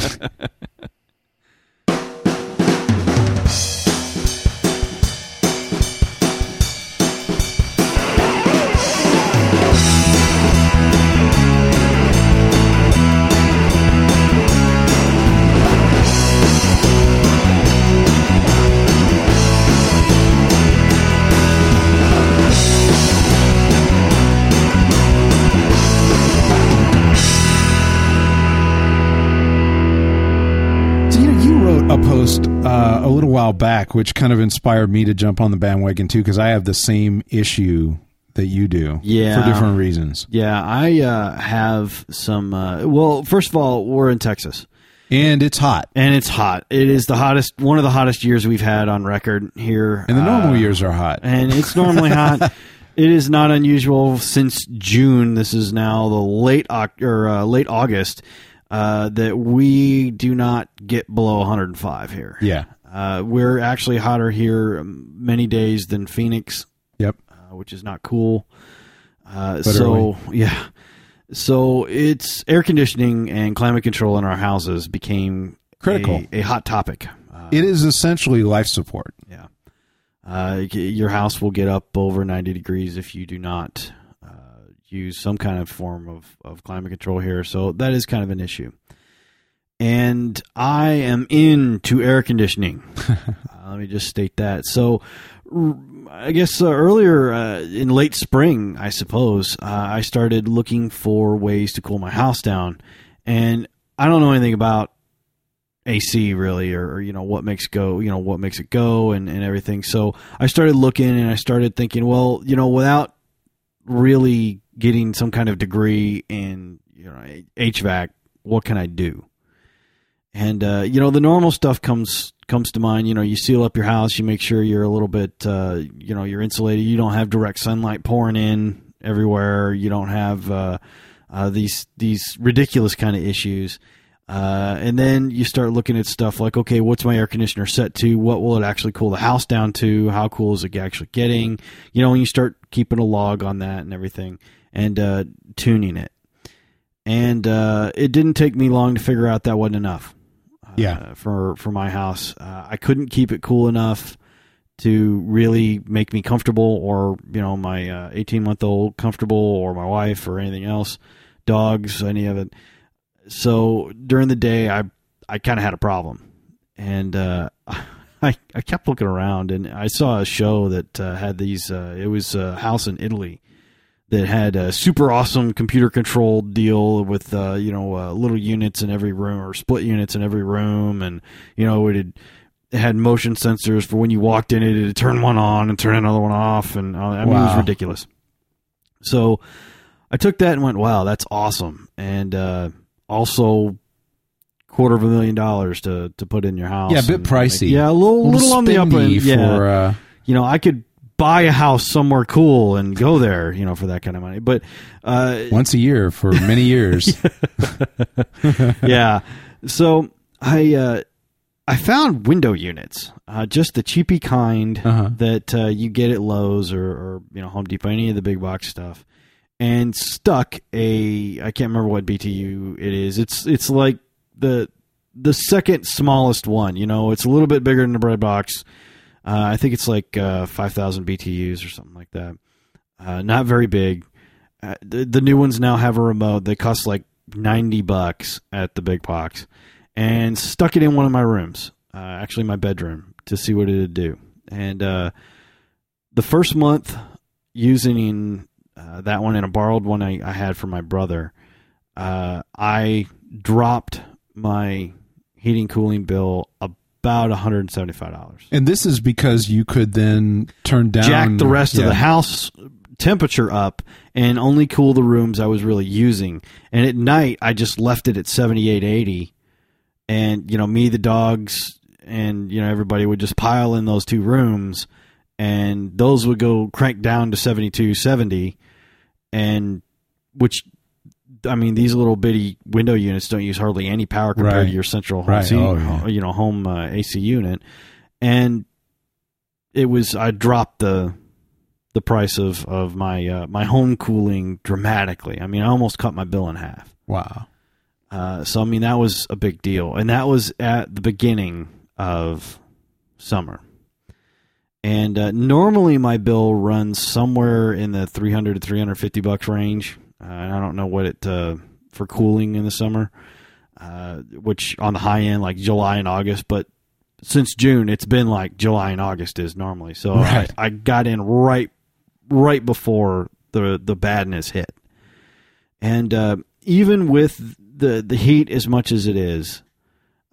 S1: uh, while back, which kind of inspired me to jump on the bandwagon too, because I have the same issue that you do.
S3: Yeah.
S1: For different reasons.
S3: Yeah, I uh, have some. Uh, well, first of all, we're in Texas.
S1: And it's hot.
S3: and it's hot. It is the hottest, one of the hottest years we've had on record here.
S1: And the normal
S3: Uh,
S1: years are hot.
S3: and it's normally
S1: [laughs]
S3: hot. It is not unusual since June. This is now the late Oc- or uh, late August uh, that we do not get below 105 here.
S1: yeah.
S3: uh, we're actually hotter here um, many days than Phoenix
S1: Yep.
S3: uh, which is not cool. Uh,
S1: But
S3: so yeah, so it's air conditioning and climate control in our houses became
S1: Critical.
S3: a, a hot topic. Uh,
S1: It is essentially life support.
S3: yeah, uh, y- your house will get up over ninety degrees if you do not uh, use some kind of form of of climate control here. So that is kind of an issue. And I am into air conditioning. Uh, let me just state that. So, r- I guess uh, earlier uh, in late spring, I suppose, uh, I started looking for ways to cool my house down, and I don't know anything about AC really, or, or you know what makes go, you know what makes it go, and and everything. So I started looking, and I started thinking, well, you know, without really getting some kind of degree in you know HVAC, what can I do? and uh, you know the normal stuff comes comes to mind you know you seal up your house you make sure you're a little bit uh, you know you're insulated you don't have direct sunlight pouring in everywhere you don't have uh, uh, these these ridiculous kind of issues uh, and then you start looking at stuff like okay what's my air conditioner set to what will it actually cool the house down to how cool is it actually getting you know and you start keeping a log on that and everything and uh, tuning it and uh, it didn't take me long to figure out that wasn't enough
S1: Yeah.
S3: uh, for for my house. Uh, I couldn't keep it cool enough to really make me comfortable, or you know, my eighteen month old comfortable, or my wife, or anything else, dogs, any of it. So during the day, I I kind of had a problem, and uh, [laughs] I I kept looking around, and I saw a show that uh, had these. Uh, it was a house in Italy. That had a super awesome computer controlled deal with uh, you know uh, little units in every room or split units in every room, and you know it had, it had motion sensors for when you walked in it, it'd turn one on and turn another one off, and uh, I mean it was
S1: Wow.
S3: ridiculous. So I took that and went, wow, that's awesome, and uh, also quarter of a million dollars to to put in your house.
S1: Yeah, a bit
S3: and-
S1: pricey.
S3: yeah, a little, little, on the upper end.
S1: spendy
S3: Yeah,
S1: For, uh,
S3: you know, I could buy a house somewhere cool and go there, you know, for that kind of money. But uh,
S1: once a year for many
S3: [laughs]
S1: years.
S3: yeah, so I uh, I found window units, uh, just the cheapy kind
S1: Uh-huh.
S3: that uh, you get at Lowe's or, or you know Home Depot, any of the big box stuff, and stuck a I can't remember what BTU it is. It's it's like the the second smallest one. You know, it's a little bit bigger than the bread box. Uh, I think it's like uh, five thousand BTUs or something like that. Uh, not very big. Uh, the, the new ones now have a remote. They cost like ninety bucks at the big box, and stuck it in one of my rooms, uh, actually my bedroom, to see what it'd do. And uh, the first month using uh, that one and a borrowed one I, I had from my brother, uh, I dropped my heating cooling bill about one hundred and seventy five dollars.
S1: and this is because you could then turn down.
S3: Jack the rest
S1: Yeah.
S3: of the house temperature up and only cool the rooms I was really using. And at night, I just left it at 78, 80. And, you know, me, the dogs, and, you know, everybody would just pile in those two rooms. And those would go crank down to 72, 70. And which, I mean, these little bitty window units don't use hardly any power compared
S1: Right.
S3: to your central home,
S1: Right.
S3: seat-
S1: Oh, yeah.
S3: you know, home uh, AC unit. And it was, I dropped the, the price of of my uh, my home cooling dramatically. I mean, I almost cut my bill in half.
S1: Wow.
S3: Uh, so I mean, that was a big deal, and that was at the beginning of summer. And uh, normally my bill runs somewhere in the three hundred to three hundred fifty bucks range, uh, and I don't know what it uh, for cooling in the summer, uh, which on the high end like July and August, but since June it's been like July and August is normally. So
S1: Right.
S3: I, I got in right right before the the badness hit, and uh, even with the the heat as much as it is,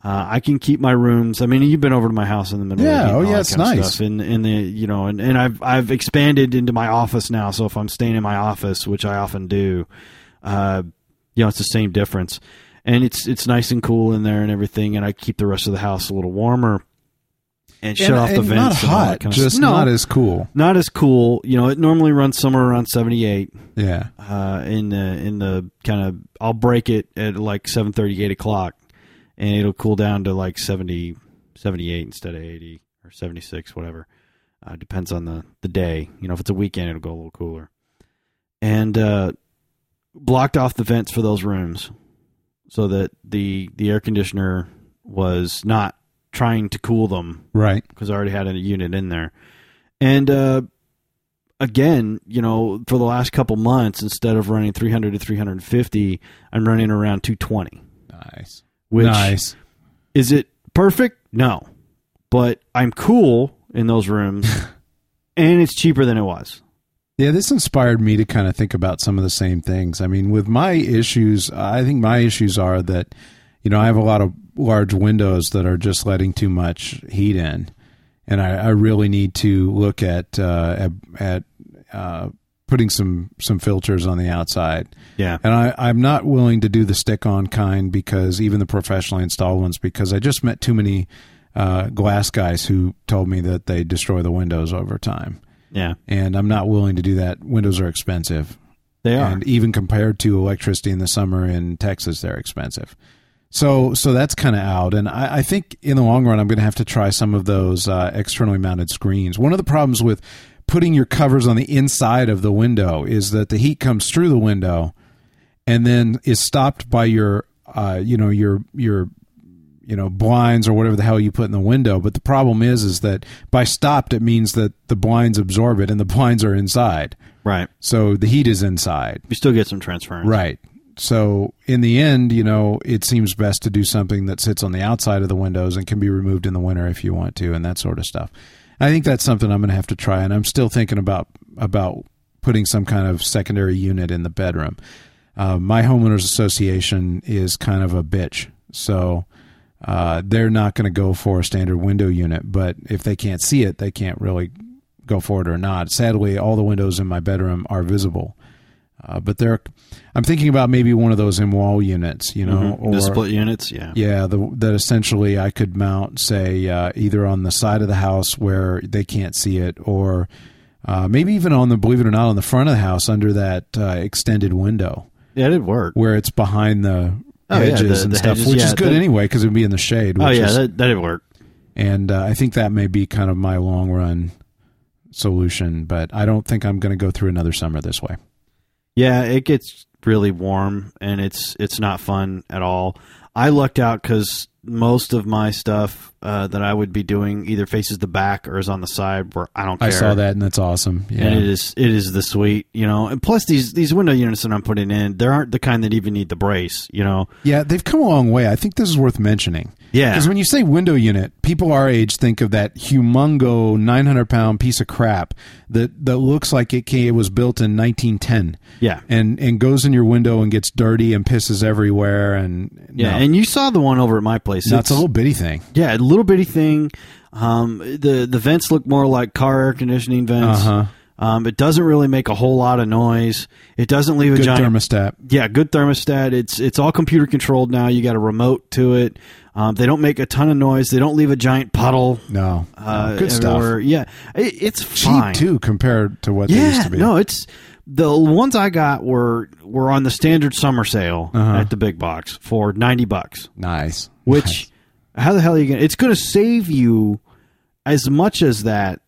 S3: Uh, I can keep my rooms. I mean, you've been over to my house in the middle.
S1: Yeah,
S3: of the week and
S1: oh,
S3: all
S1: yeah,
S3: that
S1: it's
S3: kind of
S1: nice.
S3: Stuff. And and the you know and, and I've I've expanded into my office now. So if I'm staying in my office, which I often do, uh, you know, it's the same difference. And it's it's nice and cool in there and everything. And I keep the rest of the house a little warmer. And shut
S1: And-
S3: off the
S1: and Not
S3: vents. and all that
S1: hot,
S3: kind of
S1: just
S3: stuff. No,
S1: not as cool.
S3: not as cool. You know, it normally runs somewhere around seventy eight
S1: Yeah,
S3: uh, in the in the kind of I'll break it at like 7:30, 8 o'clock, and it'll cool down to like 70, 78 instead of eighty or seventy six, whatever. Uh, depends on the the day. You know, if it's a weekend, it'll go a little cooler. And uh, blocked off the vents for those rooms so that the the air conditioner was not trying to cool them
S1: right.
S3: because I already had a unit in there. And uh, again, you know, for the last couple months, instead of running 300 to 350, I'm running around 220.
S1: Nice,
S3: Which
S1: nice.
S3: is it perfect? No, but I'm cool in those rooms,
S1: [laughs]
S3: and it's cheaper than it was.
S1: Yeah, this inspired me to kind of think about some of the same things. I mean, with my issues, I think my issues are that, you know, I have a lot of large windows that are just letting too much heat in, and I, I really need to look at uh, at, at uh, putting some some filters on the outside.
S3: Yeah,
S1: And I, I'm not willing to do the stick on kind because even the professionally installed ones, because I just met too many uh, glass guys who told me that they destroy the windows over time.
S3: yeah,
S1: And I'm not willing to do that. Windows are expensive.
S3: they are.
S1: And even compared to electricity in the summer in Texas, they're expensive. So, so that's kind of out. And I, I think in the long run, I'm going to have to try some of those uh, externally mounted screens. One of the problems with putting your covers on the inside of the window is that the heat comes through the window and then is stopped by your, uh, you know, your, your, you know, blinds or whatever the hell you put in the window. But the problem is, is that by stopped, it means that the blinds absorb it and the [laughs] blinds are inside.
S3: right.
S1: So the heat is inside.
S3: You still get some transference.
S1: Right. So in the end, you know, it seems best to do something that sits on the outside of the windows and can be removed in the winter if you want to and that sort of stuff. I think that's something I'm going to have to try and I'm still thinking about about putting some kind of secondary unit in the bedroom. Uh, my homeowners association is kind of a bitch. So uh, they're not going to go for a standard window unit, but if they can't see it, they can't really go for it or not. Sadly, all the windows in my bedroom are visible. Uh, but there, I'm thinking about maybe one of those in wall units, you know,
S3: Mhm. the split units. Yeah.
S1: yeah, the, that essentially I could mount, say, uh, either on the side of the house where they can't see it, or uh, maybe even on the, believe it or not, on the front of the house under that uh, extended window
S3: yeah, it did work.
S1: where it's behind the
S3: Oh, yeah,
S1: edges
S3: the-
S1: and
S3: the
S1: stuff,
S3: hedges,
S1: which
S3: yeah,
S1: is good
S3: the-
S1: anyway because it would be in the shade. Which
S3: Oh yeah,
S1: is,
S3: that, that did work.
S1: and uh, I think that may be kind of my long run solution, but I don't think I'm going to go through another summer this way.
S3: Yeah, it gets really warm and it's it's not fun at all. I lucked out because most of my stuff uh, that I would be doing either faces the back or is on the side where I don't care.
S1: I saw that and that's awesome. Yeah.
S3: And it is it is the sweet, you know. And plus these these window units that I'm putting in, they aren't the kind that even need the brace, you know.
S1: Yeah, they've come a long way. I think this is worth mentioning.
S3: Yeah.
S1: Because when you say window unit, people our age think of that humongo 900 pound piece of crap that, that looks like it, came, it was built in 1910
S3: Yeah.
S1: and, and goes in your window and gets dirty and pisses everywhere. And
S3: Yeah,
S1: no,
S3: and you saw the one over at my place.
S1: No,
S3: It's-
S1: it's a little bitty thing.
S3: yeah, a little bitty thing. Um, the the vents look more like car air conditioning vents.
S1: Uh-huh.
S3: Um, it doesn't really make a whole lot of noise. It doesn't leave a
S1: Good
S3: giant
S1: thermostat.
S3: yeah, good thermostat. It's it's all computer controlled now. You got a remote to it. Um, they don't make a ton of noise. They don't leave a giant puddle.
S1: No,
S3: Uh,
S1: no, Oh, good stuff.
S3: everywhere. Yeah, it, it's
S1: Cheap
S3: fine.
S1: too compared to what they used
S3: Yeah,
S1: to be.
S3: no, it's the ones I got were were on the standard summer sale at the big box for ninety bucks.
S1: Uh-huh. nice.
S3: Which how the hell are you gonna? It's gonna save you as much as that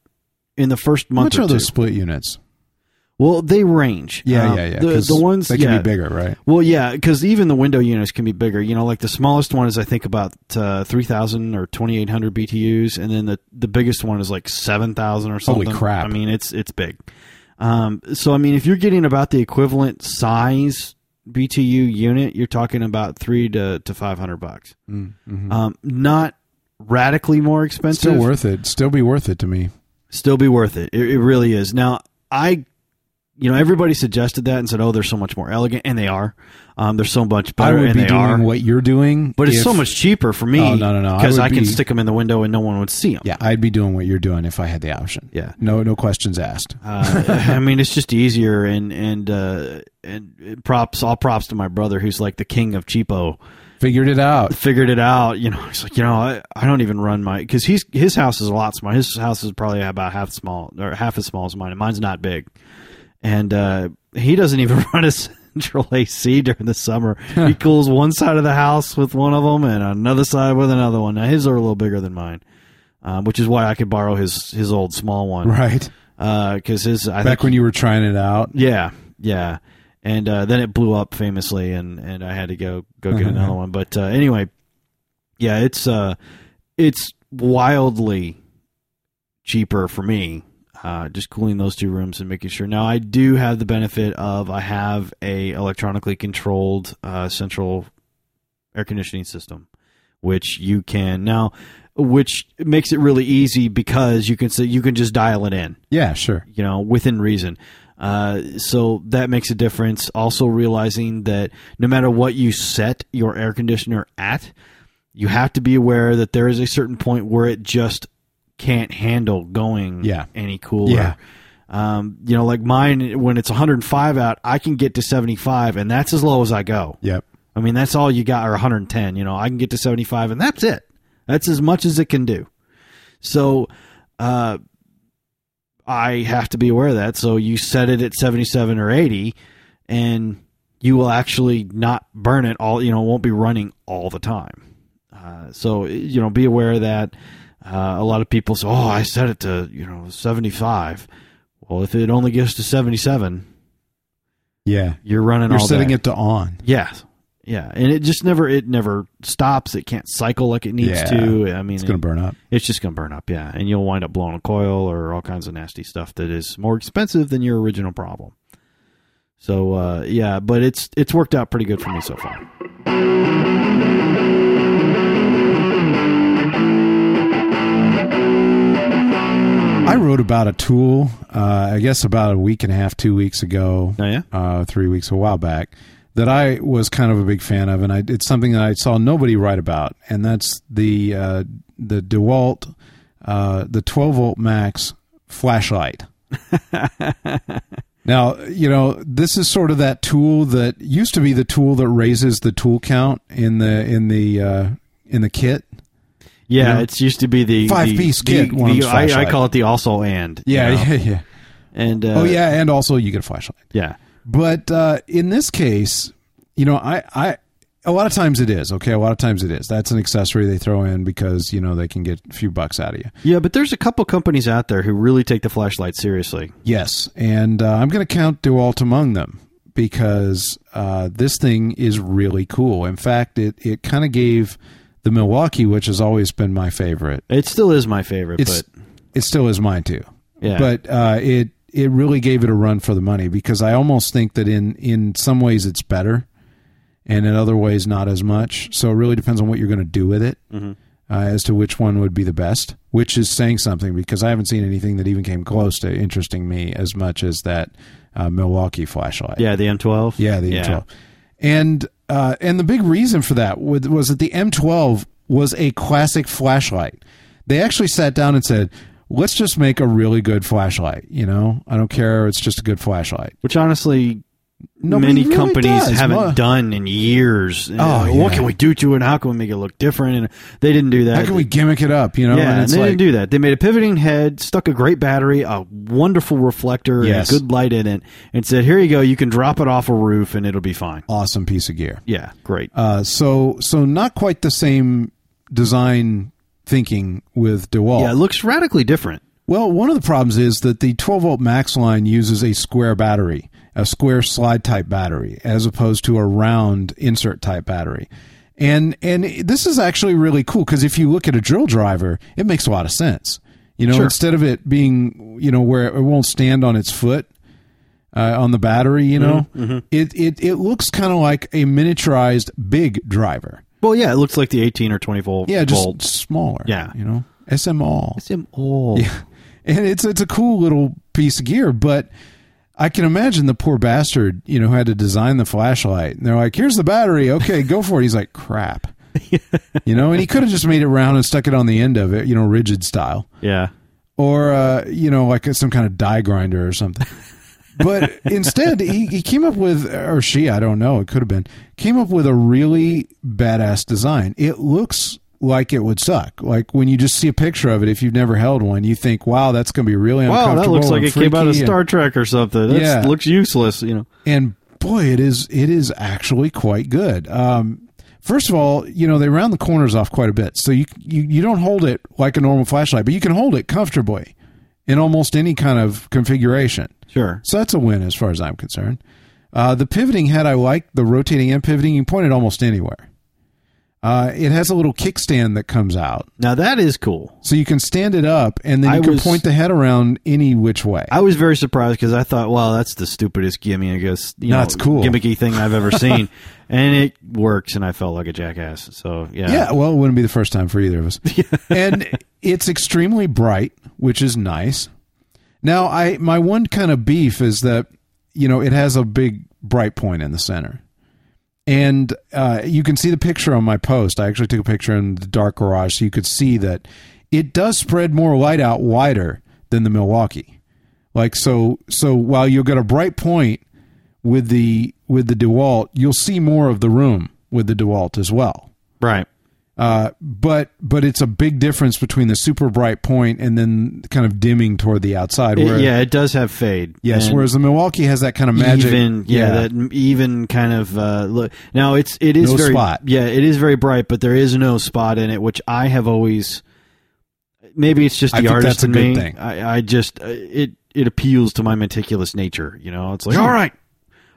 S3: in the first
S1: how
S3: month
S1: much
S3: or
S1: are
S3: two.
S1: those split units?
S3: Well, they range.
S1: Yeah,
S3: Um,
S1: yeah, yeah.
S3: The,
S1: 'cause
S3: the ones
S1: they can
S3: yeah.
S1: be bigger, right?
S3: Well, yeah, because even the window units can be bigger. You know, like the smallest one is I think about uh, three thousand or twenty eight hundred BTUs, and then the the biggest one is like seven thousand or
S1: Holy
S3: something.
S1: crap.
S3: I mean, it's it's big. Um, so I mean, if you're getting about the equivalent size BTU unit, you're talking about three to to five hundred bucks.
S1: Mm, mm-hmm.
S3: Um, not radically more expensive
S1: Still worth it. Still be worth it to me.
S3: still be worth it. It, it really is. Now, I you know, everybody suggested that and said, "Oh, they're so much more elegant," and they are. Um, they're so much
S1: I
S3: better,
S1: would
S3: and
S1: be
S3: they
S1: doing
S3: are.
S1: what you're doing,
S3: but it's
S1: if-
S3: so much cheaper for me.
S1: Oh, no, no, no. I
S3: Because
S1: would
S3: I, can
S1: be-
S3: stick them in the window and no one would see them.
S1: Yeah, I'd be doing what you're doing if I had the option.
S3: Yeah.
S1: no, no questions asked.
S3: Uh, [laughs] I mean, it's just easier, and and uh, and props, all props to my brother, who's like the king of cheapo.
S1: Figured it out. [laughs]
S3: Figured it out, you know. He's like, you know, I, I don't even run my because he's his house is a lot smaller. His house is probably about half small or half as small as mine, and mine's not big. And uh, he doesn't even [laughs] run a central AC during the summer. he cools one side of the house with one of them, and another side with another one. Now his are a little bigger than mine, um, which is why I could borrow his his old small one
S1: Right.
S3: because his I think
S1: Back when you were trying it out.
S3: yeah, yeah. And uh, then it blew up famously, and, and I had to go go get another one. But uh, anyway, yeah, it's uh, it's wildly cheaper for me. Uh, just cooling those two rooms and making sure. Now I do have the benefit of I have a electronically controlled uh, central air conditioning system, which you can now, which makes it really easy because you can say you can just dial it in
S1: Yeah, sure.
S3: you know, within reason. Uh, so that makes a difference. Also, realizing that no matter what you set your air conditioner at, you have to be aware that there is a certain point where it just can't handle going
S1: Yeah.
S3: any cooler.
S1: Yeah.
S3: Um, you know, like mine, when it's 105 out, I can get to 75, and that's as low as I go.
S1: Yep.
S3: I mean, that's all you got, or 110. You know, I can get to 75, and that's it. That's as much as it can do. So, uh, I have to be aware of that. So you set it at 77 or 80, and you will actually not burn it all. You know, it won't be running all the time. Uh, so you know, be aware of that. Uh, a lot of people say, "Oh, I set it to you know 75." Well, if it only gets to 77,
S1: Yeah.
S3: you're running
S1: You're
S3: all
S1: setting
S3: day.
S1: it to on.
S3: Yeah. Yeah. And it just never it never stops. It can't cycle like it needs
S1: Yeah.
S3: to. I mean
S1: It's going to burn up.
S3: it's just gonna burn up, yeah. And you'll wind up blowing a coil or all kinds of nasty stuff that is more expensive than your original problem. So uh, yeah, but it's it's worked out pretty good for me so far.
S1: I wrote about a tool, uh, I guess about a week and a half, two weeks ago,
S3: Oh, yeah?
S1: uh, three weeks, a while back, that I was kind of a big fan of, and I, it's something that I saw nobody write about, and that's the uh, the DeWalt, uh, the 12 volt max [laughs] flashlight. now you know this is sort of that tool that used to be the tool that raises the tool count in the in the uh, in the kit.
S3: Yeah,
S1: Yeah.
S3: it's used to be the
S1: Five-piece
S3: the-
S1: kit,
S3: the-
S1: one
S3: the- I,
S1: flashlight.
S3: I call it the also and. you know?
S1: yeah, yeah.
S3: And uh,
S1: Oh yeah, and also you get a flashlight.
S3: yeah,
S1: But uh, in this case, you know, I, I, a lot of times it is okay. A lot of times it is. That's an accessory they throw in because you know they can get a few bucks out of you.
S3: yeah. But there's a couple companies out there who really take the flashlight seriously.
S1: Yes, and uh, I'm going to count Dewalt among them because uh, this thing is really cool. In fact, it it kind of gave the Milwaukee, which has always been my favorite.
S3: It still is my favorite,
S1: It's
S3: but
S1: it still is mine too.
S3: Yeah.
S1: But uh, it it really gave it a run for the money because I almost think that in in some ways it's better, and in other ways not as much. So it really depends on what you're going to do with it
S3: Mm-hmm.
S1: uh, as to which one would be the best. Which is saying something because I haven't seen anything that even came close to interesting me as much as that uh, Milwaukee flashlight.
S3: yeah, the M12.
S1: Yeah, the
S3: Yeah.
S1: M12. And uh, and the big reason for that was, was that the M12 was a classic flashlight. They actually sat down and said, "Let's just make a really good flashlight." You know, I don't care. It's just a good flashlight.
S3: Which honestly,
S1: Nobody
S3: many
S1: really
S3: companies
S1: does.
S3: haven't
S1: Mo-
S3: done in years. And,
S1: Oh,
S3: uh, What
S1: yeah.
S3: can we do to it? How can we make it look different? And they didn't do that.
S1: How can we gimmick it up? You know,
S3: yeah,
S1: and
S3: and
S1: it's
S3: they
S1: like,
S3: didn't do that. They made a pivoting head, stuck a great battery, a wonderful reflector,
S1: Yes.
S3: and a good light in it, and said, "Here you go. You can drop it off a roof, and it'll be fine."
S1: awesome piece of gear.
S3: Yeah, great.
S1: Uh, so so not quite the same design thinking with DeWalt.
S3: yeah, it looks radically different.
S1: Well, one of the problems is that the 12 volt max line uses a square battery, a square slide type battery, as opposed to a round insert type battery. And and this is actually really cool because if you look at a drill driver, it makes a lot of sense. You know,
S3: Sure.
S1: instead of it being you know where it won't stand on its foot uh, on the battery, you know,
S3: Mm-hmm,
S1: it it it looks kind of like a miniaturized big driver.
S3: Well, yeah, it looks like the 18 or 24
S1: Yeah, just
S3: volt.
S1: smaller.
S3: Yeah.
S1: you know, SMall.
S3: It's him old.
S1: Yeah. And it's it's a cool little piece of gear, but I can imagine the poor bastard, you know, who had to design the flashlight. And they're like, "Here's the battery. Okay, go for it." He's like, "Crap," you know. And he could have just made it round and stuck it on the end of it, you know, rigid style,
S3: Yeah.
S1: or uh, you know, like some kind of die grinder or something.
S3: [laughs]
S1: But instead, he, he came up with, or she, I don't know, it could have been, came up with a really badass design. It looks like it would suck. Like when you just see a picture of it, if you've never held one, you think, "Wow, that's going to be really
S3: Wow,
S1: uncomfortable."
S3: that looks like
S1: and
S3: it came out of
S1: freaky and-
S3: Star Trek or something. That
S1: Yeah.
S3: looks useless, you know.
S1: and boy it is it is actually quite good um first of all you know they round the corners off quite a bit so you you, you don't hold it like a normal flashlight but you can hold it comfortably in almost any kind of configuration
S3: Sure.
S1: so that's a win as far as i'm concerned uh, the pivoting head i like the rotating and pivoting you can point it almost anywhere uh, it has a little kickstand that comes out
S3: Now that is cool.
S1: so you can stand it up and then you
S3: I
S1: can
S3: was-
S1: point the head around any which way
S3: I was very surprised because I thought, wow, that's the stupidest gimme, I guess, you
S1: No,
S3: know,
S1: it's cool.
S3: gimmicky thing
S1: [laughs]
S3: I've ever seen. and it works, and I felt like a jackass. So, yeah.
S1: Yeah, well, it wouldn't be the first time for either of us. and it's extremely bright, which is nice. Now, I my one kind of beef is that you know it has a big bright point in the center, and uh, you can see the picture on my post. I actually took a picture in the dark garage, so you could see that it does spread more light out wider than the Milwaukee. Like so, so while you've got a bright point with the with the Dewalt, you'll see more of the room with the Dewalt as well.
S3: Right.
S1: Uh, but but it's a big difference between the super bright point and then kind of dimming toward the outside.
S3: It-
S1: Where,
S3: yeah, it does have fade.
S1: Yes.
S3: And
S1: whereas the Milwaukee has that kind of magic.
S3: Even, yeah, that even kind of uh, look. Now it's it is
S1: No
S3: very
S1: spot.
S3: yeah, it is very bright, but there is no spot in it, which I have always. Maybe it's just the
S1: I think
S3: artist
S1: that's a
S3: in
S1: good
S3: me.
S1: thing.
S3: I, I just uh, it it appeals to my meticulous nature. You know, it's like all right,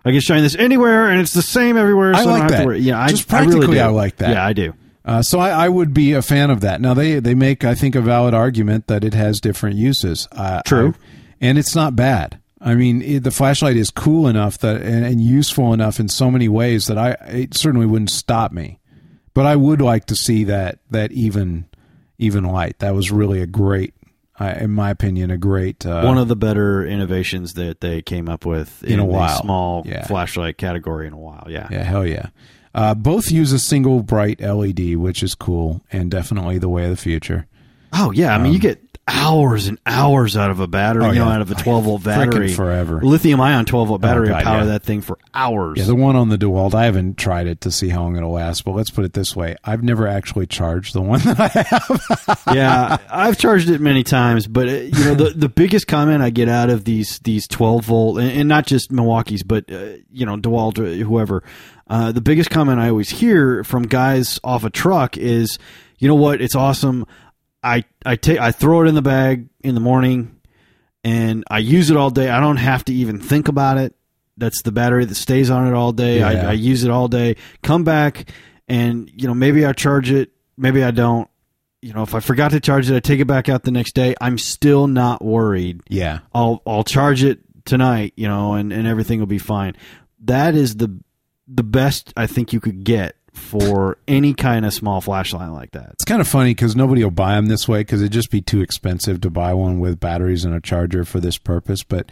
S3: I can shine this anywhere, and it's the same everywhere. So
S1: I
S3: don't
S1: like
S3: have to
S1: that.
S3: worry. Yeah, I
S1: Just
S3: I really
S1: practically,
S3: do.
S1: I like that.
S3: Yeah, I do.
S1: Uh, so I, I would be a fan of that. Now they they make I think a valid argument that it has different uses. Uh,
S3: True.
S1: I- and it's not bad. I mean, it, the flashlight is cool enough that and, and useful enough in so many ways that I it certainly wouldn't stop me. But I would like to see that that even even light. That was really a great, I in my opinion, a great uh,
S3: One of the better innovations that they came up with in,
S1: a
S3: the
S1: while.
S3: small
S1: Yeah.
S3: flashlight category in a while. Yeah.
S1: Yeah, hell yeah. Uh, both use a single bright LED, which is cool and definitely the way of the future.
S3: Oh yeah, I mean you get hours and hours out of a battery,
S1: Um, Oh,
S3: you know,
S1: yeah.
S3: out of a 12 volt
S1: Frickin'
S3: battery
S1: forever. Oh,
S3: Lithium ion 12 volt battery
S1: God,
S3: power
S1: yeah.
S3: that thing for hours.
S1: Yeah, the one on the DeWalt, I haven't tried it to see how long it'll last, but let's put it this way. I've never actually charged the one [laughs] that I
S3: [laughs] yeah, I've charged it many times, but uh,
S1: [laughs]
S3: you know the the biggest comment I get out of these these twelve volt and, and not just Milwaukee's, but uh, you know Dewalt, uh, whoever. Uh, the biggest comment I always hear from guys off a truck is, you know what, it's awesome. I I take I throw it in the bag in the morning, and I use it all day. I don't have to even think about it. That's the battery that stays on it all day.
S1: Yeah.
S3: I, I use it all day. Come back, and you know maybe I charge it, maybe I don't you know, if I forgot to charge it, I take it back out the next day. I'm still not worried.
S1: Yeah.
S3: I'll I'll charge it tonight, you know, and, and everything will be fine. That is the the best I think you could get for any kind of small flashlight like that.
S1: It's kind of funny because nobody will buy them this way because it'd just be too expensive to buy one with batteries and a charger for this purpose. But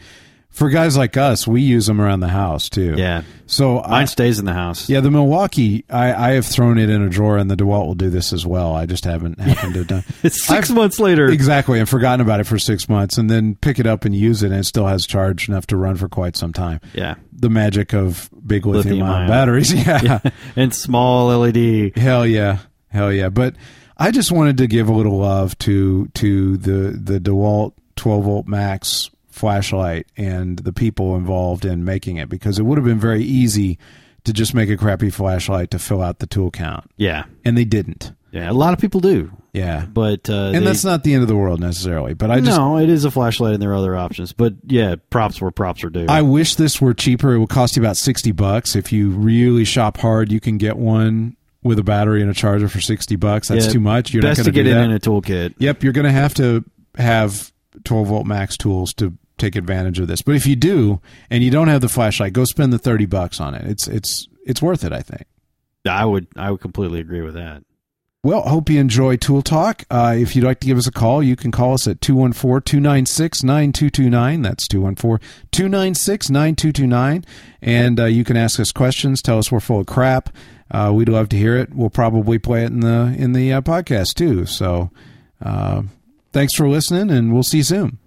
S1: for guys like us, we use them around the house too.
S3: Yeah.
S1: So I,
S3: Mine stays in the house. [laughs]
S1: yeah, the Milwaukee, I, I have thrown it in a drawer, and the DeWalt will do this as well. I just haven't happened to have done.
S3: [laughs] It's 6
S1: I've-
S3: months later.
S1: Exactly, and forgotten about it for six months, and then pick it up and use it, and it still has charge enough to run for quite some time.
S3: Yeah.
S1: The magic of big lithium,
S3: Lithium
S1: ion
S3: ion.
S1: batteries. [laughs]
S3: [laughs]
S1: Yeah.
S3: And small E LED.
S1: hell yeah, hell yeah. But I just wanted to give a little love to to the the Dewalt 12 volt max flashlight and the people involved in making it because it would have been very easy to just make a crappy flashlight to fill out the tool count,
S3: Yeah.
S1: and they didn't.
S3: Yeah. A lot of people do.
S1: Yeah.
S3: But uh
S1: And
S3: they-
S1: that's not the end of the world necessarily, but I just
S3: no, it is a flashlight and there are other options. But yeah, props where props are due.
S1: I wish this were cheaper. It would cost you about sixty bucks. If you really shop hard, you can get one with a battery and a charger for sixty bucks. That's
S3: Yeah,
S1: too much. You're
S3: Best
S1: not
S3: to
S1: going
S3: get
S1: do
S3: it
S1: that.
S3: in a toolkit.
S1: Yep, you're going to have to have twelve volt max tools to take advantage of this. But if you do, and you don't have the flashlight, go spend the thirty bucks on it. It's it's it's worth it. I think.
S3: I would I would completely agree with that.
S1: Well, hope you enjoy Tool Talk. Uh, if you'd like to give us a call, you can call us at 214 296 9229. That's 214 296 9229. And uh, you can ask us questions, tell us we're full of crap. Uh, we'd love to hear it. We'll probably play it in the, in the uh, podcast too. So uh, thanks for listening, and we'll see you soon.